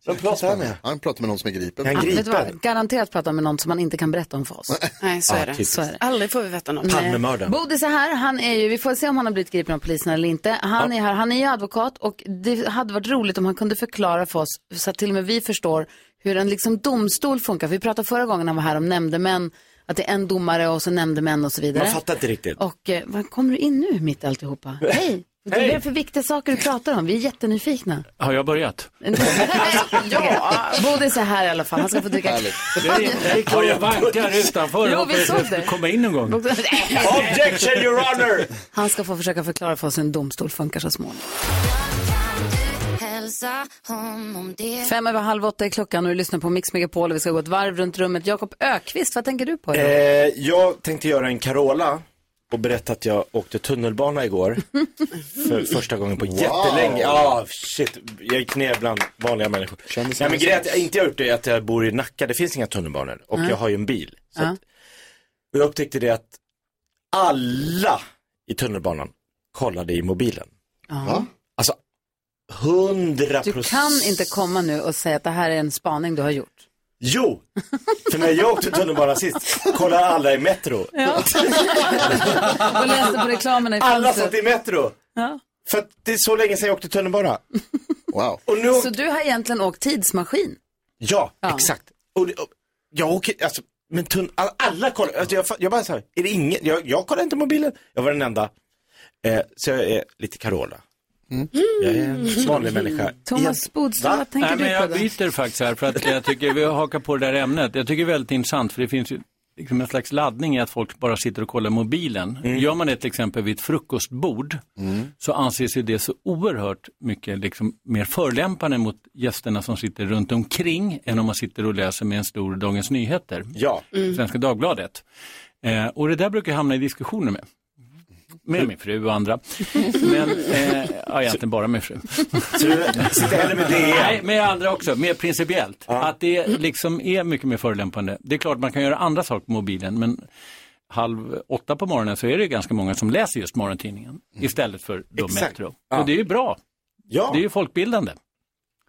Vem pratar han med? Han pratar med någon som är gripen. Ah, vet du vad? Garanterat prata med någon som man inte kan berätta om för oss. Nej, så Ah, Ja, är det. typiskt. Så är det. Aldrig får vi veta något. Nej. Bodis är här, han är ju, vi får se om han har blivit gripen av polisen eller inte. Han är här, han är ju advokat och det hade varit roligt om han kunde förklara för oss så att till och med vi förstår hur en liksom domstol funkar. För vi pratade förra gången han var här om nämndemän, att det är en domare och så nämndemän och så vidare. Man fattar inte riktigt. Och eh, var kommer du in nu mitt i alltihopa? Hej! Vad är det för viktiga saker du pratar om? Vi är jättenyfikna. Har jag börjat? ja. Bodis är här i alla fall, han ska få dricka Jag gick och vankade utanför. Jo, Jag vi såg hoppas det. att komma in någon gång. Objection, your honor! Han ska få försöka förklara för oss hur en domstol funkar så småningom. Hälsa honom det. Fem över halv åtta är klockan och du lyssnar på Mix Megapol och vi ska gå ett varv runt rummet. Jakob Ökvist, vad tänker du på? idag? Eh, jag tänkte göra en Carola. och berätta att jag åkte tunnelbana igår. För första gången på jättelänge. Ja, shit. Jag gick ner bland vanliga människor. Nej, men grejen är att jag inte har gjort det är att jag bor i Nacka. Det finns inga tunnelbanor. Och Nej. jag har ju en bil. Så Ja. att, och jag upptäckte det att alla i tunnelbanan kollade i mobilen. Ja. Alltså, hundra Du kan inte komma nu och säga att det här är en spaning du har gjort. Jo, för när jag åkte tunnelbana sist kollade alla i Metro. och läste på reklamerna i Alla fönstret. satt i Metro. Alltså- Ja. För att det är så länge sedan jag åkte tunnelbana. Wow. Och nu åkte... Så du har egentligen åkt tidsmaskin? Ja, exakt. Och, det- och, jag åker, alltså, men tunn, all- alla kollar, alltså, jag, fa- jag bara så här, är det ingen, jag, jag kollar inte mobilen, jag var den enda. Eh, så jag är lite Carola. Jag är en vanlig människa. Thomas Bodström, vad tänker Nej, men du på jag då? byter faktiskt här för att jag tycker vi hakar på det där ämnet. Jag tycker det är väldigt intressant för det finns ju liksom en slags laddning i att folk bara sitter och kollar mobilen. Mm. Gör man det till exempel vid ett frukostbord Mm. så anses ju det så oerhört mycket liksom, mer förolämpande mot gästerna som sitter runt omkring än om man sitter och läser med en stor Dagens Nyheter, ja. Svenska Dagbladet. Eh, och det där brukar jag hamna i diskussioner med. Med min fru och andra. Men, eh, ja, egentligen bara med fru. Så du sitter hellre med det? Nej, med andra också, mer principiellt. Att det liksom är mycket mer förolämpande. Det är klart man kan göra andra saker på mobilen, men halv åtta på morgonen så är det ju ganska många som läser just morgontidningen istället för då Mm. Exakt. Metro. Ja. Och det är ju bra. Det är ju folkbildande.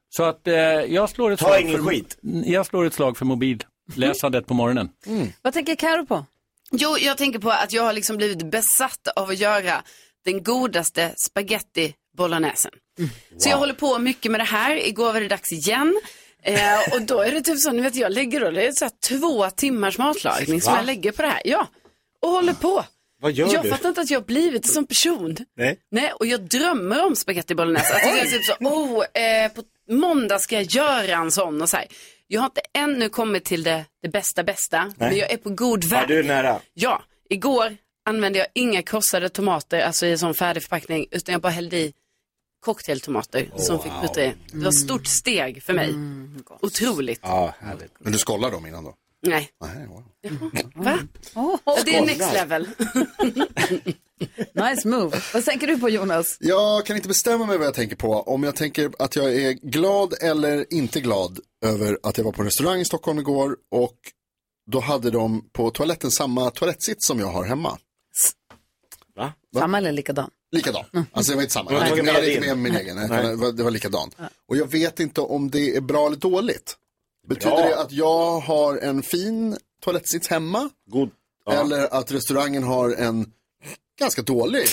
Så att eh, jag, slår ett Ta slag ingen för, skit. jag slår ett slag för mobilläsandet på morgonen. Mm. Vad tänker Karo på? Jo, jag tänker på att jag har liksom blivit besatt av att göra den godaste spaghetti bolognesen. Så jag håller på mycket med det här. Igår var det dags igen. Eh, och då är det typ så, ni vet jag lägger då, det är så här två timmars matlagning som Va? jag lägger på det här. Ja, och håller på. Vad gör jag du? fattar inte att jag har blivit som person. Nej. Nej, och jag drömmer om spaghetti bolognese. Alltså, det är typ så, oh, eh, på måndag ska jag göra en sån och så här. Jag har inte ännu kommit till det, det bästa bästa, men jag är på god väg. Ja, du är nära. Ja, igår använde jag inga krossade tomater, alltså i en sån färdig förpackning, utan jag bara hällde i cocktailtomater som fick putta i. Det var ett stort steg för mig. Otroligt. Ja, härligt. Men du skollar dem innan då? Nej. Nej, wow. Va? Ja, det är next level. Nice move. Vad tänker du på Jonas? Jag kan inte bestämma mig vad jag tänker på. Om jag tänker att jag är glad eller inte glad över att jag var på en restaurang i Stockholm igår och då hade de på toaletten samma toalettsits som jag har hemma. Va? Samma eller likadan? Likadan. Alltså det var inte samma. Mm. Jag hade Nej. inte med min egen. Nej. Det var- Det var likadan. Och jag vet inte om det är bra eller dåligt. Betyder Bra. det att jag har en fin toalettsits hemma? God. Ja. Eller att restaurangen har en ganska dålig?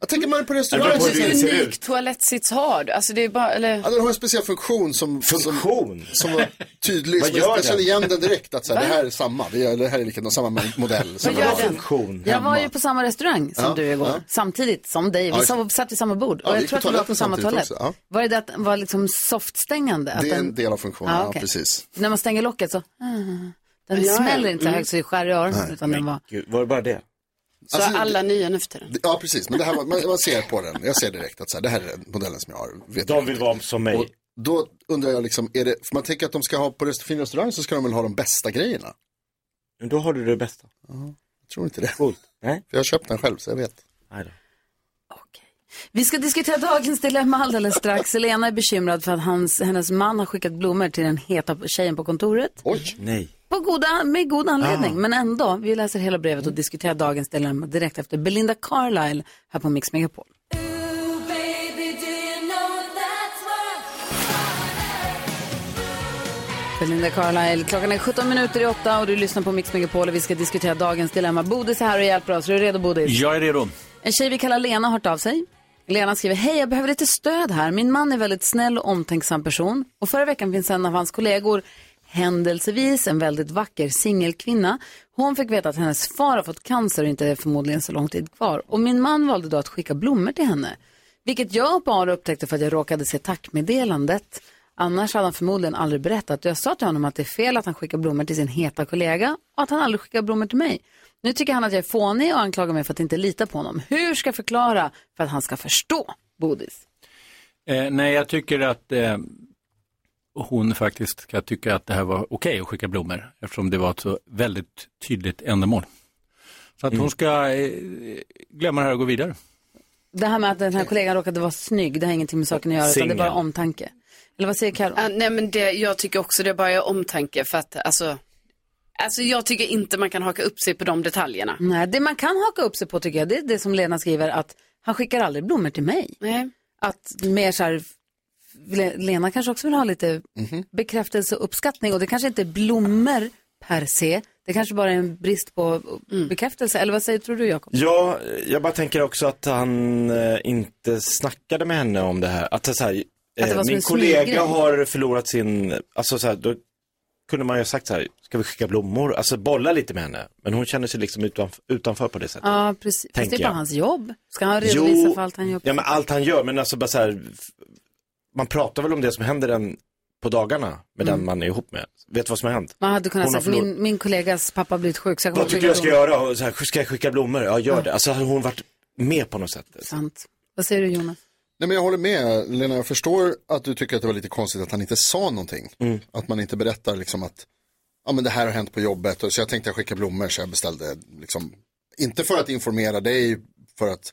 Jag tänker man är på Du har restaurang. en unik toalettsits har du. Alltså det är bara, eller... Ja, den har en speciell funktion som, funktion? som, som var tydlig. Vad som jag, gör jag kände den? igen den direkt, att så här, Va? det här är samma, det är- det här är likadant, samma modell. Som gör jag har. den? Jag var ju på samma restaurang som Mm. Ja, du igår, ja. samtidigt som dig. Ja, Vi just- sov- satt vid samma bord Ja, och vi jag gick tror på att vi var på toaletten samma toalett. samtidigt också, ja. Var det det att den var liksom softstängande? Att Det är en den, del av funktionen, Ja, ja, okej. precis. när man stänger locket så, ah, den Ja, ja. smäller inte så Mm. högt så det skär i öronen. Nej. Utan den var... Gud, var det bara det? Så Alltså, alla nya nu för tiden. Det- Ja, precis, men det här, var- man, man ser på den, jag ser direkt att så här, det här är den modellen som jag har. Vet De vill vara som mig. Och då undrar jag liksom, är det, för man tänker att de ska ha, på rest, fin restaurang så ska de väl ha de bästa grejerna? Men då har du det bästa. Jag tror inte det. Coolt. Nej. För jag har köpt den själv, så jag vet. Nej då. Vi ska diskutera dagens dilemma alldeles strax. Elena är bekymrad för att hans, hennes man har skickat blommor till den heta tjejen på kontoret. Oj. Ah. Nej. På goda, med god anledning, men ändå. Vi läser hela brevet och diskuterar dagens dilemma direkt efter Belinda Carlisle här på Mix Megapol. Belinda Carlisle, klockan är 17 minuter i åtta och du lyssnar på Mix Megapol och vi ska diskutera dagens dilemma. Bodis är här och hjälper oss. Är du redo Bodis? Jag är redo. En tjej vi kallar Lena har hört av sig. Lena skriver, hej jag behöver lite stöd här. Min man är väldigt snäll och omtänksam person. Och förra veckan finns en av hans kollegor, händelsevis en väldigt vacker singelkvinna. Hon fick veta att hennes far har fått cancer och inte är förmodligen så lång tid kvar. Och min man valde då att skicka blommor till henne. Vilket jag bara upptäckte för att jag råkade se tackmeddelandet. Annars hade han förmodligen aldrig berättat. Jag sa till honom att det är fel att han skickar blommor till sin heta kollega och att han aldrig skickar blommor till mig. Nu tycker han att jag är fånig och anklagar mig för att inte lita på honom. Hur ska jag förklara för att han ska förstå, Bodis? Eh, nej, jag tycker att eh, hon faktiskt ska tycka att det här var okej att skicka blommor eftersom det var ett så väldigt tydligt ändamål. Så att hon ska eh, glömma det här och gå vidare. Det här med att den här kollegan råkade vara snygg, det har ingenting med saken att göra, utan det är Singel. bara omtanke. Eller vad säger Karo? Ja, nej men det, jag tycker också det bara är omtanke för att alltså, alltså jag tycker inte man kan haka upp sig på de detaljerna. Nej, det man kan haka upp sig på tycker jag, det är det som Lena skriver, att han skickar aldrig blommor till mig. Att mer så här, Le- Lena kanske också vill ha lite Mhm. bekräftelse och uppskattning och det kanske inte är blommor per se, det kanske bara är en brist på bekräftelse. Eller vad säger, tror du Jakob? Ja, jag bara tänker också att han eh, inte snackade med henne om det här. Att, det så här, Att det var eh, som en min kollega smyggrej. har förlorat sin, alltså så här, då kunde man ju ha sagt så här, ska vi skicka blommor? Alltså bolla lite med henne. Men hon känner sig liksom utanf- utanför på det sättet. Ja, precis. Fast det Tänker är bara jag. hans jobb. Ska han redovisa Jo, för allt han gör? Ja men allt han gör, men alltså bara så här, f- man pratar väl om det som händer en på dagarna med Mm. den man är ihop med. Vet du vad som har hänt? Man hade kunnat Hon har säga, förlorat- min, min kollegas pappa har blivit sjuk så jag kommer Vad tycker skicka jag ska blommor." göra? Och så här, ska jag skicka blommor? Ja, gör det. Alltså hade hon varit med på något sätt. Sant. Vad säger du Jonas? Nej, men jag håller med Lena, jag förstår att du tycker att det var lite konstigt att han inte sa någonting. Mm. Att man inte berättar liksom att ja, men det här har hänt på jobbet och så jag tänkte jag skicka blommor så jag beställde liksom, inte för att informera dig för att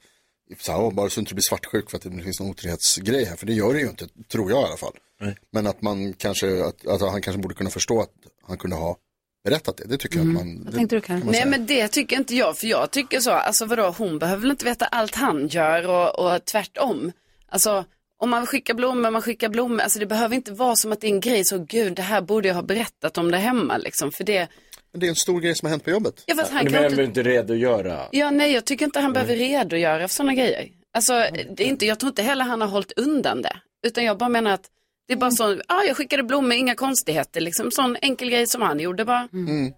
så här, "Åh, bara så du inte blir svartsjuk för att det finns någon otrohetsgrej här, för det gör det ju inte, tror jag i alla fall. Nej. Men att man kanske, att, att han kanske borde kunna förstå att han kunde ha berättat det, det tycker jag att Mm. man... det- kan man Nej säga. men det tycker inte jag, för jag tycker så, alltså vadå, hon behöver väl inte veta allt han gör och, och tvärtom. Alltså om man skickar blommor, man skickar blommor, alltså det behöver inte vara som att det är en grej så, gud det här borde jag ha berättat om det hemma liksom, för det, Men det är en stor grej som har hänt på jobbet. Ja, fast han Nu kan behöver inte redogöra. ja nej jag tycker inte Mm. han behöver redogöra för sådana grejer. Alltså det är inte, jag tror inte heller han har hållit undan det, utan jag bara menar att det är bara Mm. så, ja ah, jag skickade blommor, inga konstigheter liksom, sån enkel grej som han gjorde bara. Mm. Mm.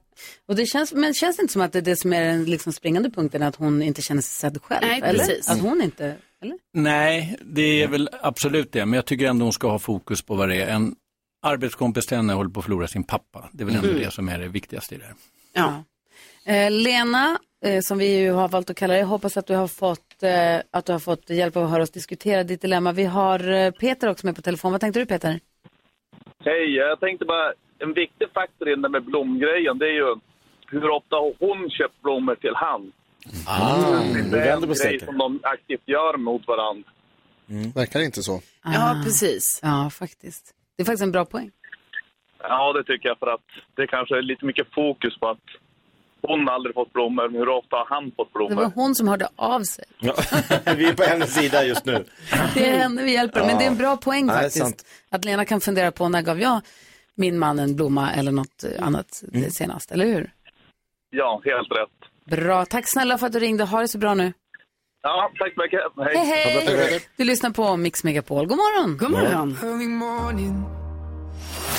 Och det känns, men känns det inte som att det är det som är den liksom springande punkten, att hon inte känner sig sedd själv? Nej, eller? precis. Att hon inte, eller? Nej, det är väl absolut det. Men jag tycker ändå hon ska ha fokus på vad det är. En arbetskompis till henne håller på att förlora sin pappa. Det är väl ändå Mm. det som är det viktigaste i det här. Ja. Eh, Lena, eh, som vi ju har valt att kalla dig, jag hoppas att du har fått, eh, att du har fått hjälp av att höra oss diskutera ditt dilemma. Vi har eh, Peter också med på telefon. Vad tänkte du Peter? Hej, jag tänkte bara, en viktig faktor i den där med blomgrejen, det är ju hur ofta har hon köpt blommor till han? Ah, det är en grej som de aktivt gör mot varandra. Mm. Verkar inte så. Ja, precis. Ah. Ja, faktiskt. Det är faktiskt en bra poäng. Ja, det tycker jag för att det kanske är lite mycket fokus på att hon aldrig fått blommor, men hur ofta har han fått Det blommor? var hon som hörde av sig. Ja. Vi är på hennes sida just nu. Det är henne vi hjälper, men det är en bra poäng Ja, det är sant. faktiskt. Att Lena kan fundera på när gav jag min man en blomma eller något eh, annat det senaste, eller hur? Ja, helt rätt. Bra, tack snälla för att du ringde. Ha det så bra nu. Ja, tack så mycket. Hej. Hej, hej! Du lyssnar på Mix Megapol. God morgon! God morgon. Early morning.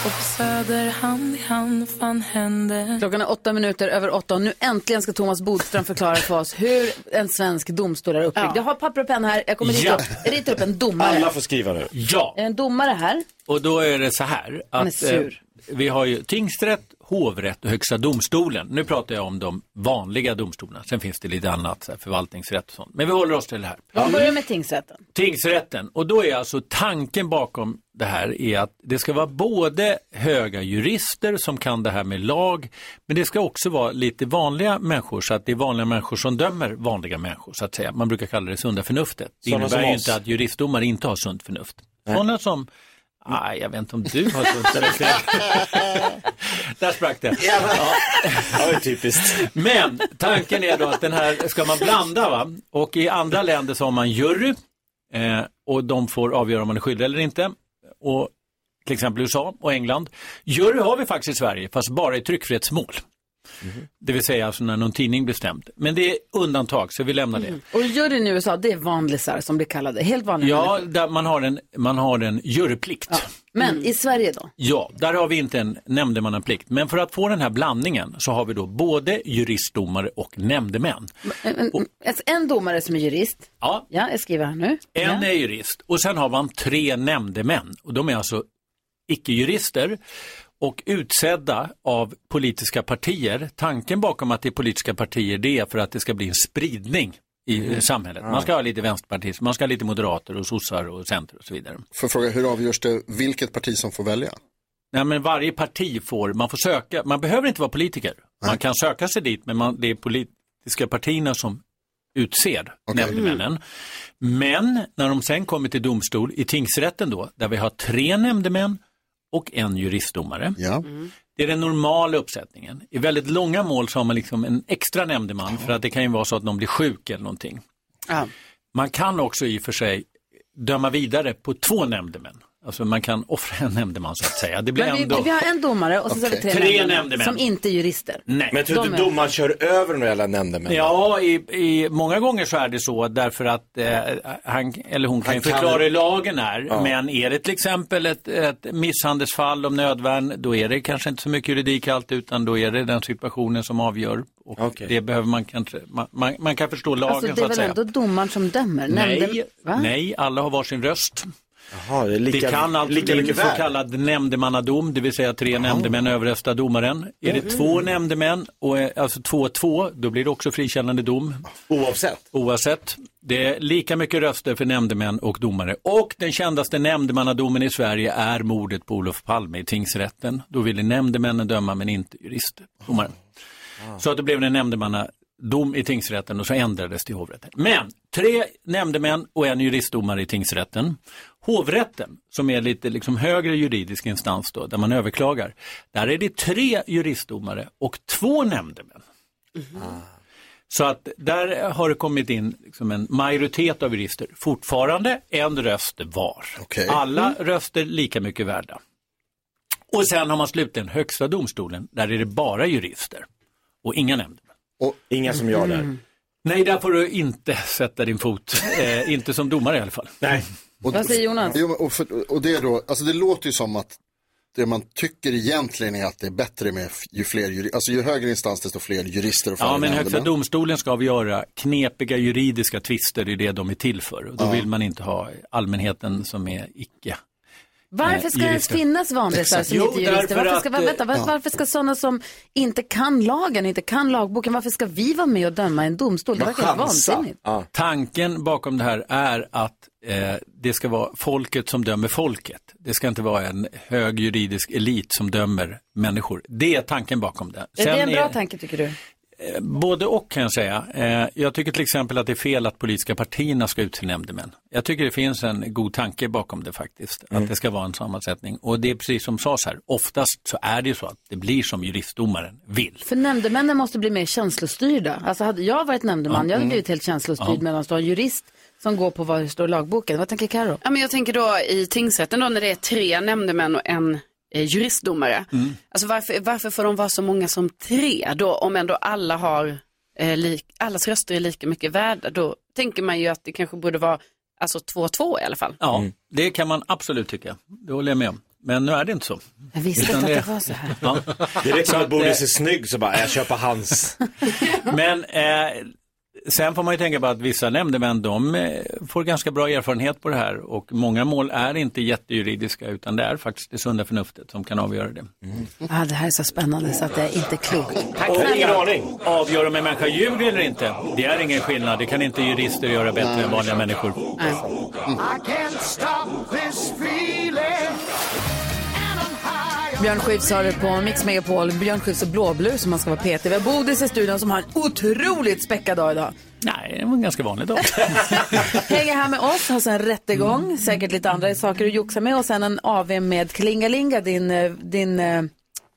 Och på Söder hand i hand fan hände. Klockan är åtta minuter över åtta och nu äntligen ska Thomas Bodström förklara för oss hur en svensk domstol är uppbyggd. Jag har papper och penna här, jag kommer rita, Ja. upp, jag ritar upp en domare. Alla får skriva nu. Ja, Är det en domare här? och då är det så här Han är att sur. eh, vi har ju tingsrätt, hovrätt och högsta domstolen. Nu pratar jag om de vanliga domstolarna. Sen finns det lite annat, så här, förvaltningsrätt och sånt. Men vi håller oss till det här. Vi börjar med tingsrätten. Tingsrätten. Och då är alltså tanken bakom det här är att det ska vara både höga jurister som kan det här med lag, men det ska också vara lite vanliga människor så att det är vanliga människor som dömer vanliga människor så att säga. Man brukar kalla det sunda förnuftet. Det Sådana som innebär ju oss. inte att juristdomare inte har sunt förnuft. Sådana som, nej Ah, jag vet inte om du har sunt förnuft. Där sprack det. Ja, det är typiskt. typ- Men tanken är då att den här ska man blanda va? Och i andra länder så har man jury eh, och de får avgöra om man är skyldig eller inte. Och till exempel USA och England. Jury har vi faktiskt i Sverige, fast bara i tryckfrihetsmål. Det vill säga alltså när någon tidning blir stämd. Men det är undantag, så vi lämnar det. Mm. Och juryn i USA, det är vanlisar som blir kallade. Helt vanliga Ja, människor. där man, har en, man har en juryplikt. Men i Sverige då? Ja, där har vi inte en nämndemannaplikt. Men för att få den här blandningen så har vi då både juristdomare och nämndemän. En, en, alltså, en domare som är jurist. Ja. ja, jag skriver här nu. En är jurist och sen har man tre nämndemän och de är alltså icke-jurister och utsedda av politiska partier. Tanken bakom att det är politiska partier det är för att det ska bli en spridning i Mm. eh, samhället. Man ska ha lite vänsterpartister, man ska ha lite moderater och sossar och center och så vidare. För fråga, hur avgörs det vilket parti som får välja? Nej, men varje parti får, man får söka, man behöver inte vara politiker. Man kan söka sig dit men man, det är polit, politiska partierna som utser nämndemännen. Men när de sen kommer till domstol, i tingsrätten då, där vi har tre nämndemän och en juristdomare. Mm. Det är den normala uppsättningen. I väldigt långa mål så har man liksom en extra nämndeman för att det kan ju vara så att någon blir sjuk eller någonting. Ja. Man kan också i och för sig döma vidare på två nämndemän. Alltså man kan offra en nämndeman så att säga. Det blir Men vi, ändå... vi har en domare och sen så har vi tre, Tre nämndemän, nämndemän. som inte är jurister. Nej. Men jag tror inte De är- domaren kör över några jävla nämndemän. Ja, i, i, många gånger så är det så därför att eh, han eller hon kan Han ju kan- förklara hur lagen är. Ja. Men är det till exempel ett, ett misshandelsfall om nödvärn, då är det kanske inte så mycket juridik allt utan då är det den situationen som avgör. Och det behöver man kanske, man, man, man kan förstå lagen Alltså det så är att väl säga. ändå domaren som dömer? Nej, Nämnden- Va? nej, alla har varsin röst. det, lika- kan alltså lika bli en mycket så värd. kallad nämndemannadom, det vill säga tre nämndemän överröstar domaren. Är det Mhm. två nämndemän, och, eh, alltså två och två, då blir det också frikännande dom. Oavsett? Oavsett. Det är lika mycket röster för nämndemän och domare. Och den kändaste nämndemannadomen i Sverige är mordet på Olof Palme i tingsrätten. Då ville nämndemännen döma men inte juristdomaren. Ah, Så att det blev en nämndemannadom i tingsrätten och så ändrades till hovrätten. Men tre nämndemän och en juristdomare i tingsrätten. Hovrätten, som är lite liksom högre juridisk instans då, där man överklagar, där är det tre juristdomare och två nämndemän. Så att där har det kommit in liksom en majoritet av jurister, fortfarande en röst var. Alla röster lika mycket värda. Och sen har man slutligen högsta domstolen, där är det bara jurister och inga nämndemän. Och inga som jag där. Mm. Nej, där får du inte sätta din fot, eh, inte som domare i alla fall. Nej. Vad säger Jonas? Jo, men- och, för, och det, är då, alltså det låter ju som att det man tycker egentligen är att det är bättre med f- ju fler jurister, alltså ju högre instans desto fler jurister och färre Ja, men Högsta nämndemän. domstolen ska avgöra knepiga juridiska tvister, det är det de är till för. Och Då Ja. vill man inte ha allmänheten som är icke. Varför ska det ens jurister. finnas vanröstare som Jo, inte är jurister? därför Varför ska, att, eh, vänta, var, ja. varför ska sådana som inte kan lagen, inte kan lagboken, varför ska vi vara med och döma i en domstol? Det verkar helt vansinnigt. Tanken bakom det här är att eh, det ska vara folket som dömer folket. Det ska inte vara en hög juridisk elit som dömer människor. Det är tanken bakom det. Är det Sen en bra tanke tycker du? Eh, Både och kan jag säga. Eh, Jag tycker till exempel att det är fel att politiska partierna ska utse nämndemän. Jag tycker det finns en god tanke bakom det faktiskt, att det ska vara en sammansättning. Och det är precis som sades här, oftast så är det ju så att det blir som juristdomaren vill. För nämndemännen måste bli mer känslostyrda. Alltså hade jag varit nämndeman, Ja, jag hade mm. blivit helt känslostyrd Ja. medan du har en jurist som går på vad det står i lagboken. Vad tänker Karo? Ja, men jag tänker då i tingsrätten då när det är tre nämndemän och en eh, juristdomare. Alltså varför, varför får de vara så många som tre då om ändå alla har, eh, lik, allas röster är lika mycket värda? Då tänker man ju att det kanske borde vara alltså två och två i alla fall. Mm. Ja, Mm. det kan man absolut tycka. Det håller jag med om. Men nu är det inte så. Jag visste Utan inte att det var så här. Ja. Det räcker med att Boris eh, är snygg så bara, jag köper hans. Men eh, sen får man ju tänka på att vissa nämndemän, de eh, får ganska bra erfarenhet på det här och många mål är inte jättejuridiska utan det är faktiskt det sunda förnuftet som kan avgöra det. Ah, det här är så spännande så att det är inte klokt. Tack Och snälla. Avgör om en människa ljuger eller inte, det är ingen skillnad. Det kan inte jurister göra bättre än vanliga människor. I can't stop this feeling. Björn Skifs har det på Mix Megapol. Björn Skifs och Blåblus som man ska vara petig. Vi har Bodis i studion som har en otroligt späckad dag idag. Nej, det var en ganska vanlig dag. Mm. Hänger här med oss, har sen rättegång, säkert lite andra saker att joxa med och sen en AV med Klingalinga, din, eh, din eh,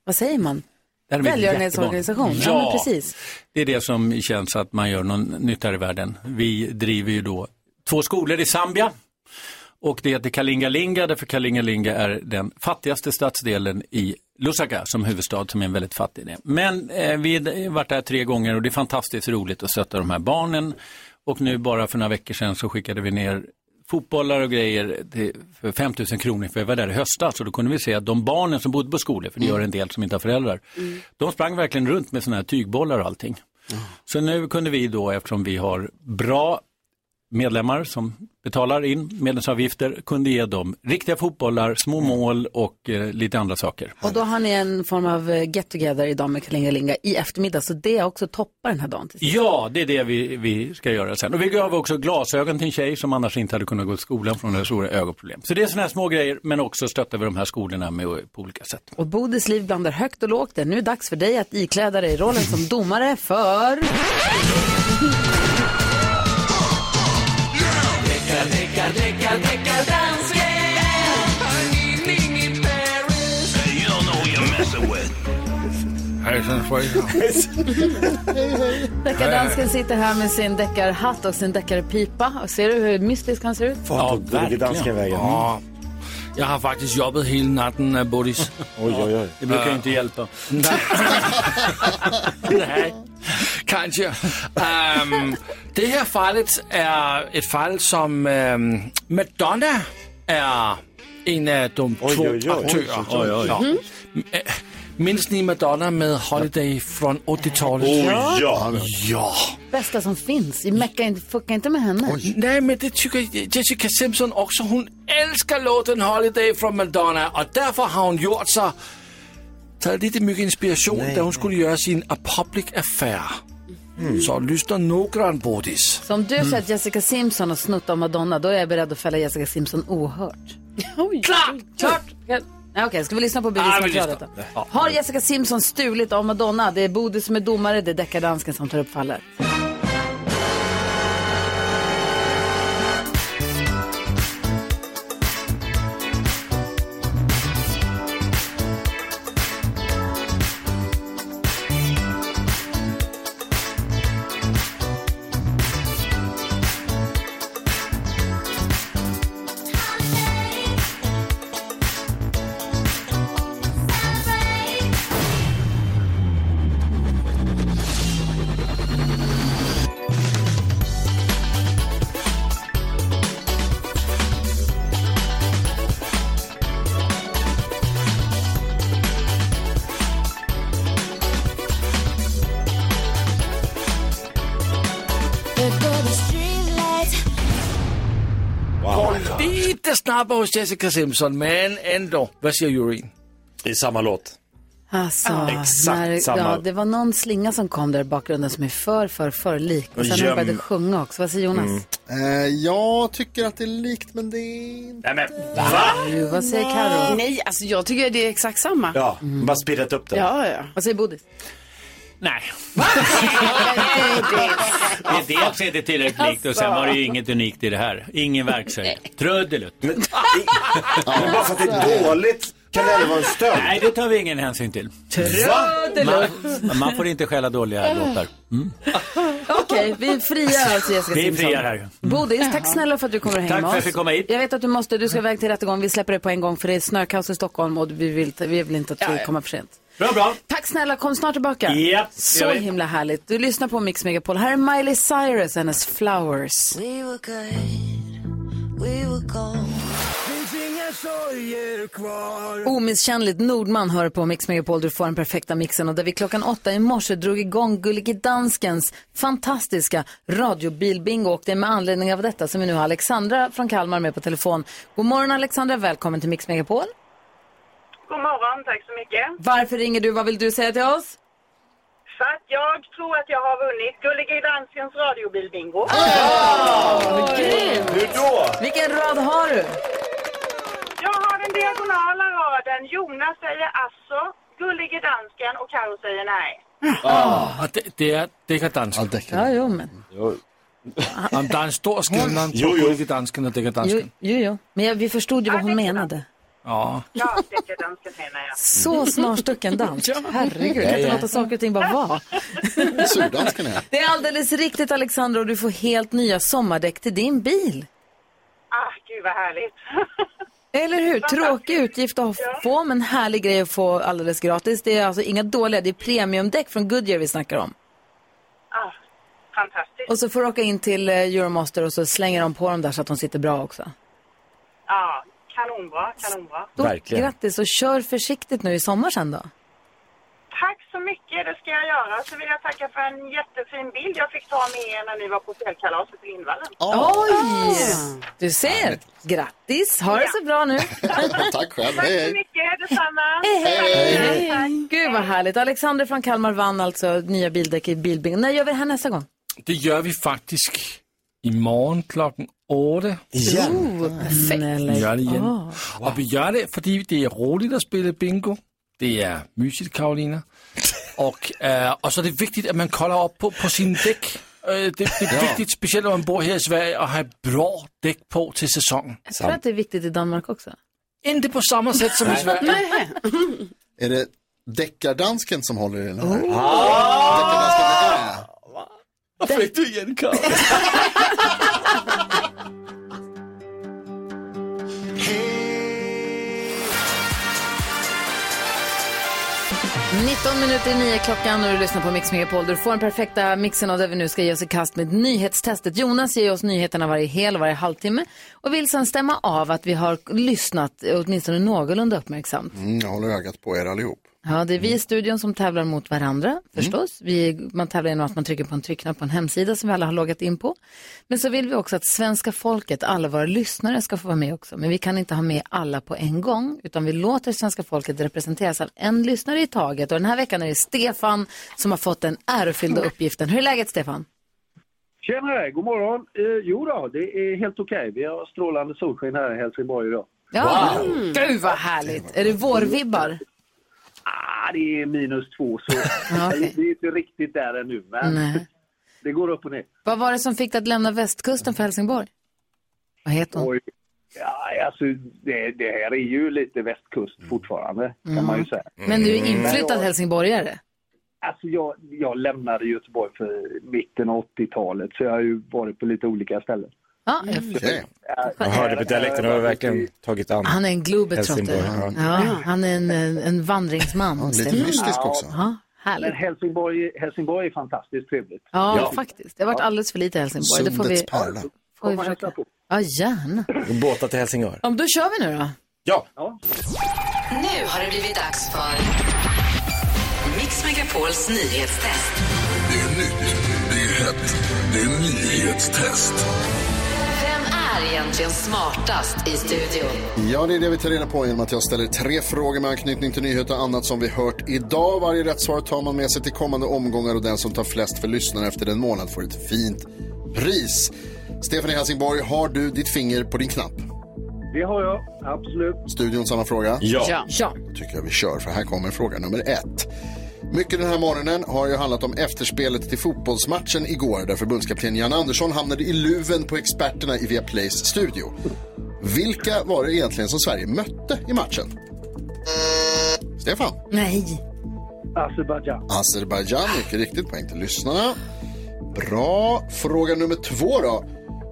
vad säger man? Det här är mitt Välgörenhetsorganisation. jättebarn. Ja, men Ja. precis. Det är det som känns att man gör någon nytta här i världen. Vi driver ju då två skolor i Zambia. Och det heter Kalingalinga, därför Kalingalinga är den fattigaste stadsdelen i Lusaka som huvudstad, som är en väldigt fattig del. Men eh, vi har varit där tre gånger och det är fantastiskt roligt att stötta de här barnen. Och nu bara för några veckor sedan så skickade vi ner fotbollar och grejer till, för 5 000 kronor, för jag var där i höstas och då kunde vi se att de barnen som bodde på skolor, för det gör en del som inte har föräldrar, de sprang verkligen runt med sådana här tygbollar och allting. Så nu kunde vi då, eftersom vi har bra medlemmar som betalar in medlemsavgifter kunde ge dem riktiga fotbollar, små mål och eh, lite andra saker. Och då har ni en form av eh, get together idag med Kalingalinga i eftermiddag, så det också toppar den här dagen. till sist. Ja, det är det vi, vi ska göra sen. Och vi gav också glasögon till en tjej som annars inte hade kunnat gå till skolan från det här stora ögonproblem. Så det är sådana här små grejer, men också stöttar vi de här skolorna med, eh, på olika sätt. Och Bodis liv blandar högt och lågt. Det är nu dags för dig att ikläda dig rollen som domare för... Oh, Hejsan Deckardansken sitter här med sin deckarhatt och sin deckarpipa. Och Ser du hur mystisk han ser ut? Ja, verkligen. Ja. Jag har faktiskt jobbat hela natten, eh, Boris. Oj, oj, oj. Det brukar ju inte hjälpa. Nej, kanske. Ehm, det här fallet är ett fall som ehm, Madonna är en av de två oj, oj. aktörer. Oj, oj. Ja. Eh, Minns ni Madonna med Holiday från 80-talet? Oh, ja! Ja! Bästa som finns. I Mecka inte, fucka inte med henne. Nej, men det tycker Jessica Simpson också. Hon älskar låten Holiday från Madonna och därför har hon gjort så tagit lite mycket inspiration där hon skulle göra sin A Public Affair. Så lyssna noggrant, Bodis. Så om du Mm. säger att Jessica Simpson har snott av Madonna, då är jag beredd att fälla Jessica Simpson ohört. Klart! Klart! Nej, Okej, ska vi lyssna på Ah, vi bevismaterialet då? lyssnar. Ja. Har Jessica Simpson stulit av Madonna? Det är Bodil som är domare, det är deckardansken som tar upp fallet. Lite snabbare hos Jessica Simpson, men ändå. Vad säger juryn? I samma låt. Alltså, Ah, exakt när, samma. Ja, det var någon slinga som kom där i bakgrunden som är för, för, för lik. Och sen när de Göm- började sjunga också. Vad säger Jonas? Eh, jag tycker att det är likt, men det är inte... Nej, men, Du, vad säger Karo? Nej, alltså jag tycker det är exakt samma. Ja, bara speedat upp den. Ja, ja. Vad säger Bodis? Nej. Det är dels är det tillräckligt likt och sen var det ju inget unikt i det här. Ingen verksamhet. Trödelutt. Men bara för att det är dåligt kan det ändå vara en stöld. Nej, det tar vi ingen hänsyn till. Man, man får inte stjäla dåliga låtar. Mm. Okej, vi friar alltså Jessica Vi Simpson. friar här. Bodis, tack snälla för att du kommer hem Tack för med att oss. jag fick komma hit. Jag vet att du måste, du ska iväg till rättegång. Vi släpper dig på en gång för det är snökaos i Stockholm och vi vill, vi vill inte att du kommer för sent. Bra, bra. Tack snälla, kom snart tillbaka. Japp, Så jag vet. himla härligt. Du lyssnar på Mix Megapol. Här är Miley Cyrus, hennes Flowers. We were good, we were gold. Finns inga sorger kvar. Omisskännligt Nordman hör på Mix Megapol, du får den perfekta mixen och där vi klockan åtta i morse drog igång Gullige Danskens fantastiska radiobilbingo och det är med anledning av detta som vi nu har Alexandra från Kalmar med på telefon. God morgon Alexandra, välkommen till Mix Megapol. God morgon, tack så mycket. Varför ringer du, vad vill du säga till oss? För att jag tror att jag har vunnit Gullige Danskens radiobilbingo. Hur då? Vilken rad har du? Jag har den diagonala raden. Jonas säger alltså, Gullige Dansken och Karo säger nej. Och Ah. det, det är deckardansken. Ja, jo, men. Ja, men det är en stor skillnad på gulligdansken och Jo, deckardansken. jo, jo. men jag, vi förstod ju vad hon menade. Ja. Ja, Gullige Dansken menar jag. Så snarstucken dans. Herregud, kan Ja, inte ja. låta saker och ting bara vara. Surdansken är Det är alldeles riktigt Alexandra och du får helt nya sommardäck till din bil. Ah, gud vad härligt. Eller hur? Tråkig utgift att få, men härlig grej att få alldeles gratis. Det är alltså inga dåliga, det är premiumdäck från Goodyear vi snackar om. Ah, fantastiskt. Och så får du åka in till eh, Euromaster och så slänger de på dem där så att de sitter bra också. Ja, kanonbra, kanonbra. Grattis och kör försiktigt nu i sommar sen då. Tack så mycket, det ska jag göra. Så vill jag tacka för en jättefin bild jag fick ta med er när ni var på fjällkalaset i Lindvallen. Oj! Du ser. Grattis. Ha det så bra nu. Tack själv. Tack så mycket, detsamma. Hej, hej. Gud vad härligt. Alexander från Kalmar vann alltså nya bildäck i bilbingo. När gör vi det här nästa gång? Det gör vi faktiskt imorgon klockan åtta. Oh, Vi perfekt. gör det igen. Åh. Och vi gör det för det är roligt att spela bingo. Det är mysigt, Karolina. Och, eh, och så är det viktigt att man kollar upp på, på sin däck. Eh, det, det är Ja. viktigt, speciellt om man bor här i Sverige, att ha bra däck på till säsongen. Jag tror att det är viktigt i Danmark också. Inte på samma sätt som i Sverige. Nej. Är det deckardansken som håller i den här? Oh. Vad fick du igen, Karl? Nitton minuter i nio klockan och du lyssnar på Mix Megapol. Du får den perfekta mixen av det vi nu ska ge oss i kast med nyhetstestet. Jonas ger oss nyheterna varje hel och varje halvtimme och vill sedan stämma av att vi har lyssnat eh, åtminstone någorlunda uppmärksamt. Mm, jag håller ögat på er allihop. Ja, det är Mm. vi i studion som tävlar mot varandra förstås. Vi, man tävlar genom att man trycker på en tryckknapp på en hemsida som vi alla har loggat in på. Men så vill vi också att svenska folket, alla våra lyssnare ska få vara med också. Men vi kan inte ha med alla på en gång utan vi låter svenska folket representeras av en lyssnare i taget. Och den här veckan är det Stefan som har fått den ärofyllda uppgiften. Hur är läget Stefan? Tjenare, god morgon. Eh, jo då, det är helt okej. Vi har strålande solsken här i Helsingborg idag. Ja, Mm. Mm. gud vad härligt. Är det vårvibbar? Ah, det är minus två, så det är inte riktigt där ännu. Men Nej. det går upp och ner. Vad var det som fick dig att lämna västkusten för Helsingborg? Vad heter hon? Oj. Ja, alltså, det, det här är ju lite västkust fortfarande, Mm. kan man ju säga. Men du är inflyttad Men jag, helsingborgare? alltså, jag, jag lämnade Göteborg för mitten av 80-talet, så jag har ju varit på lite olika ställen. Ja, jag Jag hörde på dialekten och har verkligen tagit an. Han är en globetrotter. Helsingborg, Ja, han är en, en, en vandringsman. Stefan. Ja, härligt. Men Helsingborg, Helsingborg är fantastiskt trevligt. Ja, faktiskt. Det har varit alldeles för lite i Helsingborg. Det får vi, Sundets pärla. får vi försöka. Ja, gärna. Båtar till Helsingör. Om då kör vi nu då. Ja. Nu har det blivit dags för Mix Megapols nyhetstest. Det är nytt, det är hett, det är nyhetstest. Vem är egentligen smartast i studion? Ja, det är det vi tar reda på genom att jag ställer tre frågor med anknytning till nyheter och annat som vi hört idag. Varje rätt svar tar man med sig till kommande omgångar och den som tar flest för lyssnarna efter en månad får ett fint pris. Stefan i Helsingborg, har du ditt finger på din knapp? Det har jag, absolut. Studion samma fråga? Ja. Ja. Ja. Då tycker jag vi kör, för här kommer fråga nummer ett. Mycket den här morgonen har ju handlat om efterspelet till fotbollsmatchen igår där förbundskapten Jan Andersson hamnade i luven på experterna i Viaplays studio. Vilka var det egentligen som Sverige mötte i matchen? Stefan? Nej. Azerbajdzjan. Azerbajdzjan, mycket riktigt. Poäng till lyssnarna. Bra. Fråga nummer två då.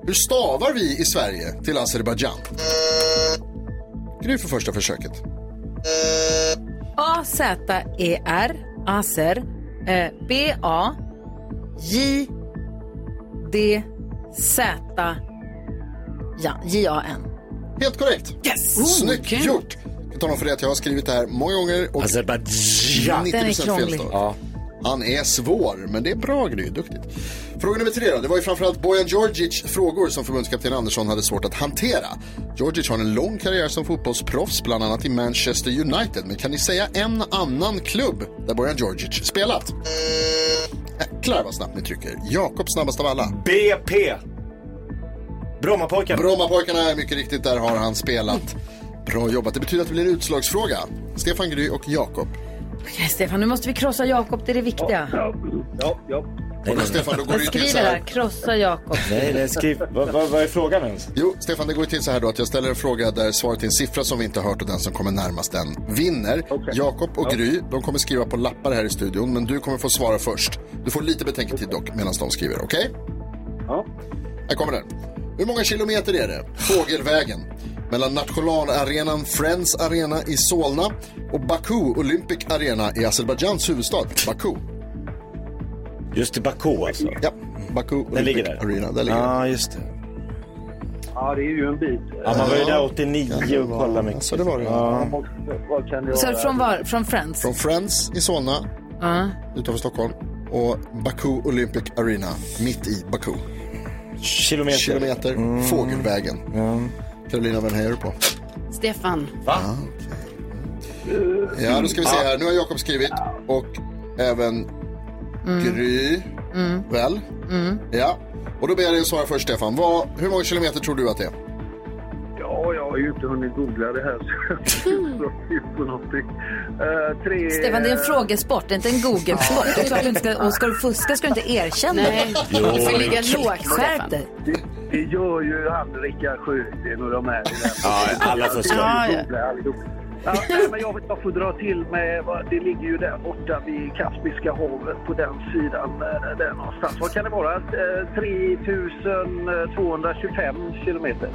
Hur stavar vi i Sverige till Azerbajdzjan? Gry för första försöket. E A-Z-E-R, Aser, eh, B-A, J, D, Z, ja, J-A-N. Helt korrekt. Yes! Oh, Snyggt gjort! Jag kan tala om för dig att jag har skrivit det här många gånger. Och Azerbajdzjan. 90% Den är krånglig. felstav. Han är svår, men det är bra Gry, duktigt. Fråga nummer tre då. Det var ju framförallt Bojan Djordjic frågor som förbundskapten Andersson hade svårt att hantera. Djordjic har en lång karriär som fotbollsproffs, bland annat i Manchester United. Men kan ni säga en annan klubb där Bojan Djordjic spelat? Jäklar vad snabbt ni trycker. Jakob snabbast av alla. BP. Brommapojkarna. Brommapojkarna är mycket riktigt, där har han spelat. Bra jobbat. Det betyder att det blir en utslagsfråga. Stefan Gry och Jakob. Okej, Stefan, nu måste vi krossa Jakob, det är det viktiga. Ja, ja. Och då, Stefan, då går Jag det ju till skriver så här. här, krossa Jakob. Nej, nej, skriv. Vad, vad, vad är frågan ens? Jo, Stefan, det går ju till så här då att jag ställer en fråga där svaret är en siffra som vi inte har hört och den som kommer närmast den vinner. Jakob och Gry, de kommer skriva på lappar här i studion, men du kommer få svara först. Du får lite betänketid dock medan de skriver, okej? Ja. Här kommer den. Hur många kilometer är det, fågelvägen, mellan nationalarenan Friends Arena i Solna och Baku Olympic Arena i Azerbajdzjans huvudstad, Baku? Just i Baku alltså? Ja, Baku Olympic Den ligger där? Arena. Där ligger ja, just det. Ja, det är ju en bit. Ja, man var ju där 89 och kollade mycket. Så det var det. Ja. Vad kan det Så vara? från var? Från Friends? Från Friends i Solna, Ja. utanför Stockholm, och Baku Olympic Arena, mitt i Baku. Kilometer. Kilometer, Mm. fågelvägen. Carolina, vem hejar du på? Stefan. Va? Ah, Ja, då ska vi se här. Nu har Jakob skrivit och även Gry, Mm. väl? Mm. Ja. Och då ber jag dig att svara först, Stefan. Vad, hur många kilometer tror du att det är? Ja, jag har ju inte hunnit googla det här. Så jag på någonting. Eh, tre... Stefan, det är en frågesport, inte en Google-sport. Det är klart du inte ska, och ska du fuska ska du inte erkänna Nej. det. Jo. Du får ligga lågt, Skärp dig. Det, det gör ju han, Rickard Sjögren och de här. Ja, alla fuskar. Ja, Ja, ja. Ja, nej, men jag, vet- jag får dra till med, vad- det ligger ju där borta vid Kaspiska havet på den sidan eh, där någonstans. Vad kan det vara? Eh, 3225 kilometer.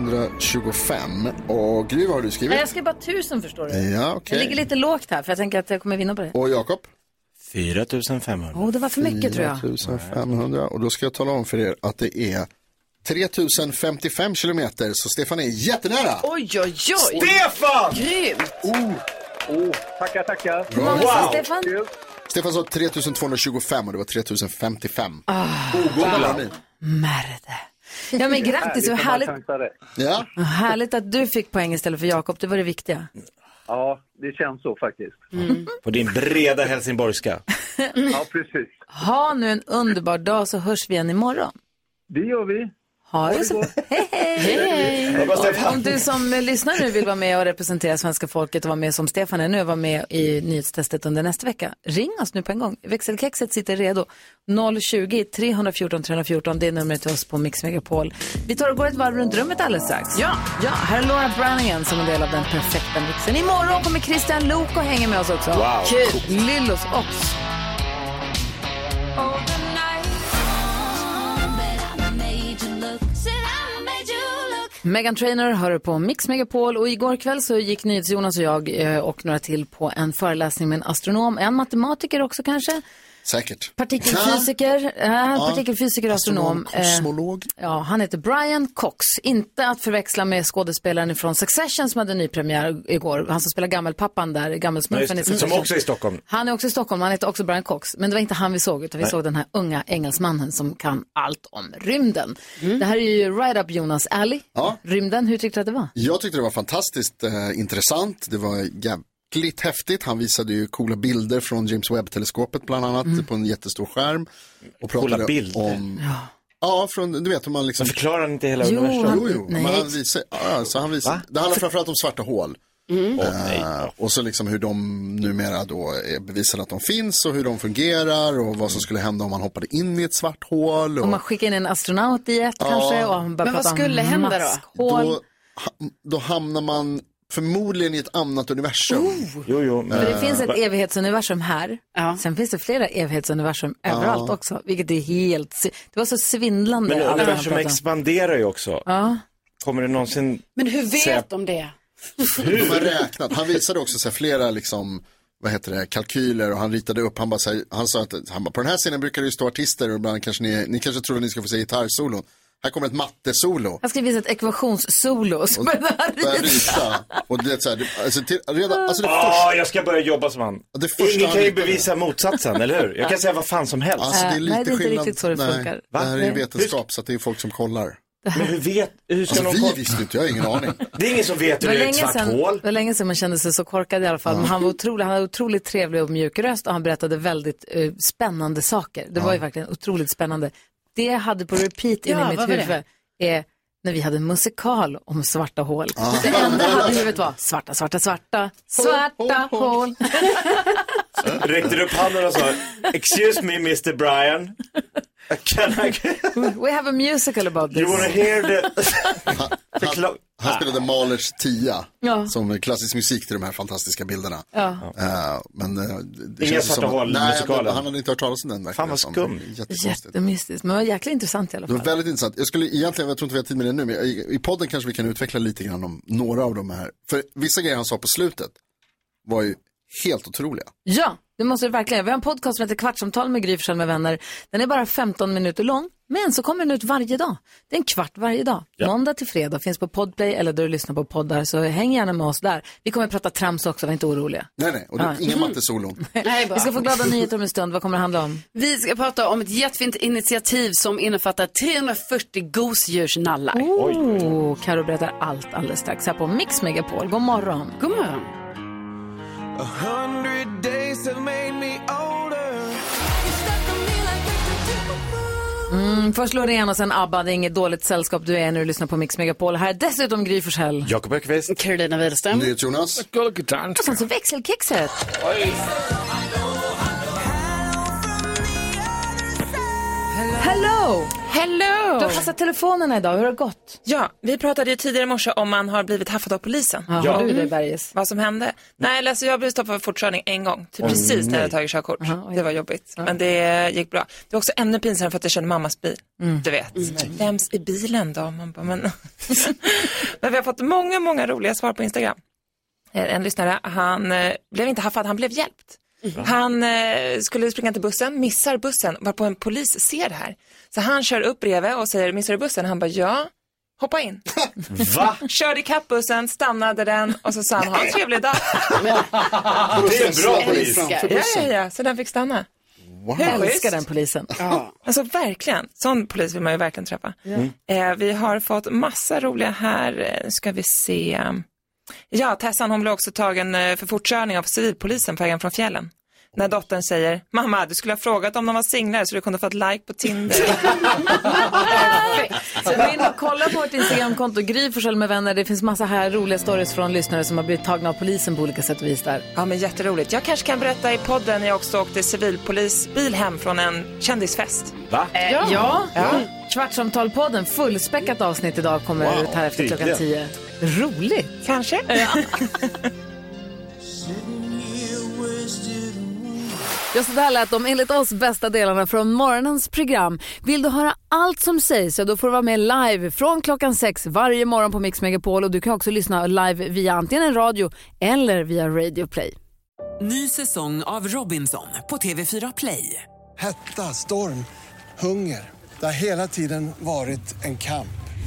3225. Och Gry, vad har du Nej, skrivit? jag ska bara tusen förstår du. Ja, okej. Jag ligger lite lågt här för jag tänker att jag kommer vinna på det. Och Jakob? 4500. Åh, det var för mycket tror jag. 4500. Och då ska jag tala om för er att det är 3055 kilometer. Så Stefan är jättenära. Oj, oj, oj. Stefan! Grymt! Oh, oh, tackar, tackar. Hur många sa Wow. Stefan? Stefan sa 3225 och det var 3055. Ah, Googla. Märde. Ja, men grattis. Vad härligt, Ja. vad härligt att du fick poäng istället för Jakob. Det var det viktiga. Ja, det känns så faktiskt. På din breda helsingborgska. Ja, precis. Ha nu en underbar dag så hörs vi igen imorgon. Det gör vi. Ha det så Hej, Hej. hej! Hoppas det är Och fan. Om du som lyssnar nu vill vara med och representera svenska folket och vara med som Stefan är nu och vara med i nyhetstestet under nästa vecka, ring oss nu på en gång. Växelkexet sitter redo. 020 314 314, det är numret till oss på Mix Megapol. Vi tar och går ett varv runt rummet alldeles strax. Ja. ja här är Laura Branningen som en del av den perfekta mixen. Imorgon kommer Christian Lok och hänger med oss också. Wow. Kul. Lillos också. Megan Trainer hör du på Mix Megapol och igår kväll så gick NyhetsJonas och jag eh, och några till på en föreläsning med en astronom, en matematiker också kanske, Säkert. partikelfysiker, eh, Ja. partikelfysiker och astronom. Astronom, kosmolog. Eh, ja, han heter Brian Cox, inte att förväxla med skådespelaren från Succession som hade nypremiär igår, han som spelar gammelpappan där, gammelsmurfen i Som Succession. också är i Stockholm. Han är också i Stockholm, han heter också Brian Cox. Men det var inte han vi såg, utan vi Nej. såg den här unga engelsmannen som kan allt om rymden. Det här är ju right up Jonas alley. Rymden, hur tyckte du att det var? Jag tyckte det var fantastiskt eh, intressant. Det var jäkligt häftigt. Han visade ju coola bilder från James Webb-teleskopet bland annat Mm. på en jättestor skärm. Och Coola pratade bilder. Om... Ja. ja, från, du vet hur man liksom... Förklarar han inte hela jo, universum? Jo, jo. Men han visar, ja, så han visar, det handlar framförallt om svarta hål. Mm. Åh, Eh, och så liksom hur de numera då är bevisade att de finns och hur de fungerar och vad som skulle hända om man hoppade in i ett svart hål. Och... Om man skickar in en astronaut i ett Ja. kanske och han börjar prata om maskhål. Då, ha- då hamnar man förmodligen i ett annat universum. Eh, Jo, jo, Oh. För det finns ett e- evighetsuniversum här. Sen finns det flera evighetsuniversum Ja. överallt också. Vilket är helt... si- Det var så svindlande. Men allt han universum pratade om. expanderar ju också. Ja. Kommer det någonsin... Men hur Säg- vet de det? De har räknat. Han visade också så här flera liksom, vad heter det, kalkyler och han ritade upp, han, bara, så här, han sa att han bara, på den här scenen brukar det ju stå artister och ibland kanske ni, ni kanske tror att ni ska få se gitarrsolo. Här kommer ett mattesolo. Han ska visa ett ekvationssolo. som är där. Börjar rita. Och det är så här, det- alltså, till, redan, alltså det Ah, första, jag ska börja jobba som han. det första Ingen han kan ju ritade. bevisa motsatsen, eller hur? Jag kan säga vad fan som helst. Alltså det är lite skillnad. Nej, Det här är ju Nej. vetenskap så att det är folk som kollar. Men hur vet... Hur ska Alltså, någon vi kolla- visste inte, jag har ingen aning. Det är ingen som vet Det hur var, det är ett svart länge sedan, hål. det var länge sedan man kände sig så korkad i alla fall. Men han var otrolig, han hade otroligt trevlig och mjuk röst och han berättade väldigt eh, spännande saker. Det var ju verkligen otroligt spännande. Det jag hade på repeat Ja, inne i vad mitt var det? huvud är när vi hade en musikal om svarta hål. Det enda jag hade i huvudet var svarta, svarta, svarta, svarta hål. Räckte du upp handen och sa Excuse me Mr Brian. Can I... We have a musical about this. You wanna hear the... Han, han spelade Mahlers tia Ja. som är klassisk musik till de här fantastiska bilderna. Ja. Eh, men eh, det det Inga känns svarta som, hål i nej, musikalen. Han hade inte hört talas om den. verkligen. Fan, vad skumt. Det är Jättekonstigt. Jättemystiskt, men det var jäkligt intressant i alla Det fall. var väldigt intressant. Jag skulle egentligen, jag tror inte vi har tid med det nu, men i, i podden kanske vi kan utveckla lite grann om några av de här. För vissa grejer han sa på slutet var ju helt otroliga. Ja, det måste du verkligen. Vi har en podcast som heter Kvartsamtal med Gry Forssell med vänner. Den är bara 15 minuter lång, Men så kommer den ut varje dag. Det är en kvart varje dag. Ja. Måndag till fredag finns på Podplay eller där du lyssnar på poddar. Så häng gärna med oss där. Vi kommer prata trams också, var inte oroliga. Nej, nej, och det, Ja. inga Mm. mattesolon. Nej, bra. Vi ska få glada nyheter om en stund. Vad kommer det handla om? Vi ska prata om ett jättefint initiativ som innefattar 340 gosedjursnallar. Oh, Karo berättar allt alldeles strax här på Mix Megapol. God morgon. God morgon. A hundred days have made me older. Mm, först Loreen och sen ABBA. Det är inget dåligt sällskap du är när du lyssnar på Mix Megapol. Här är dessutom Gry Forssell. Jakob Öqvist. Carolina Widerström. Jonas. Och sen så växelkexet. Hello! Hello! Du har passat telefonerna idag. Hur har det gått? Ja, vi pratade ju tidigare i morse om man har blivit haffad av polisen. Ja, har du det, Berges? Vad som hände? Nej, eller alltså jag blev stoppad för fortkörning en gång, typ Åh, precis när jag nej. hade tagit körkort. det var jobbigt, men det gick bra. Det var också ännu pinsamt för att jag körde mammas bil. Du vet, vems i bilen då? Man bara, men... men vi har fått många, många roliga svar på Instagram. Eh, En lyssnare, han eh, blev inte haffad, han blev hjälpt. Han eh, skulle springa till bussen, missar bussen, varpå en polis ser det här. Så han kör upp bredvid och säger, missar du bussen? Han bara, ja, hoppa in. Va? Körde ikapp bussen, stannade den och så sa han, ha en trevlig dag. Det är en bra polis. Ja, ja, ja, så den fick stanna. Wow. Hur Jag älskar schysst. den polisen. Alltså verkligen, sån polis vill man ju verkligen träffa. Mm. Eh, vi har fått massa roliga här, Eh, nu ska vi se. Ja, Tessan hon blev också tagen eh, för fortkörning av civilpolisen på vägen från fjällen. När dottern säger, mamma du skulle ha frågat om de var singlar så du kunde ha fått like på Tinder. Så gå in och kolla på vårt Instagramkonto, Gry Forssell med vänner. Det finns massa här roliga stories från lyssnare som har blivit tagna av polisen på olika sätt och vis där. ja men jätteroligt. Jag kanske kan berätta i podden när jag också åkte civilpolisbil hem från en kändisfest. Va? Eh, Eh, Ja. Mm. ja. Ja. Mm. Kvartsamtalpodden, fullspäckat avsnitt idag kommer Wow, ut här efter klockan tio. tydligen. Roligt. Kanske. Ja, så där lät de enligt oss bästa delarna från morgonens program. Vill du höra allt som sägs så då får du vara med live från klockan sex varje morgon på Mix Megapol och du kan också lyssna live via antingen en radio eller via Radio Play. Ny säsong av Robinson på TV4 Play. Hetta, storm, hunger. Det har hela tiden varit en kamp.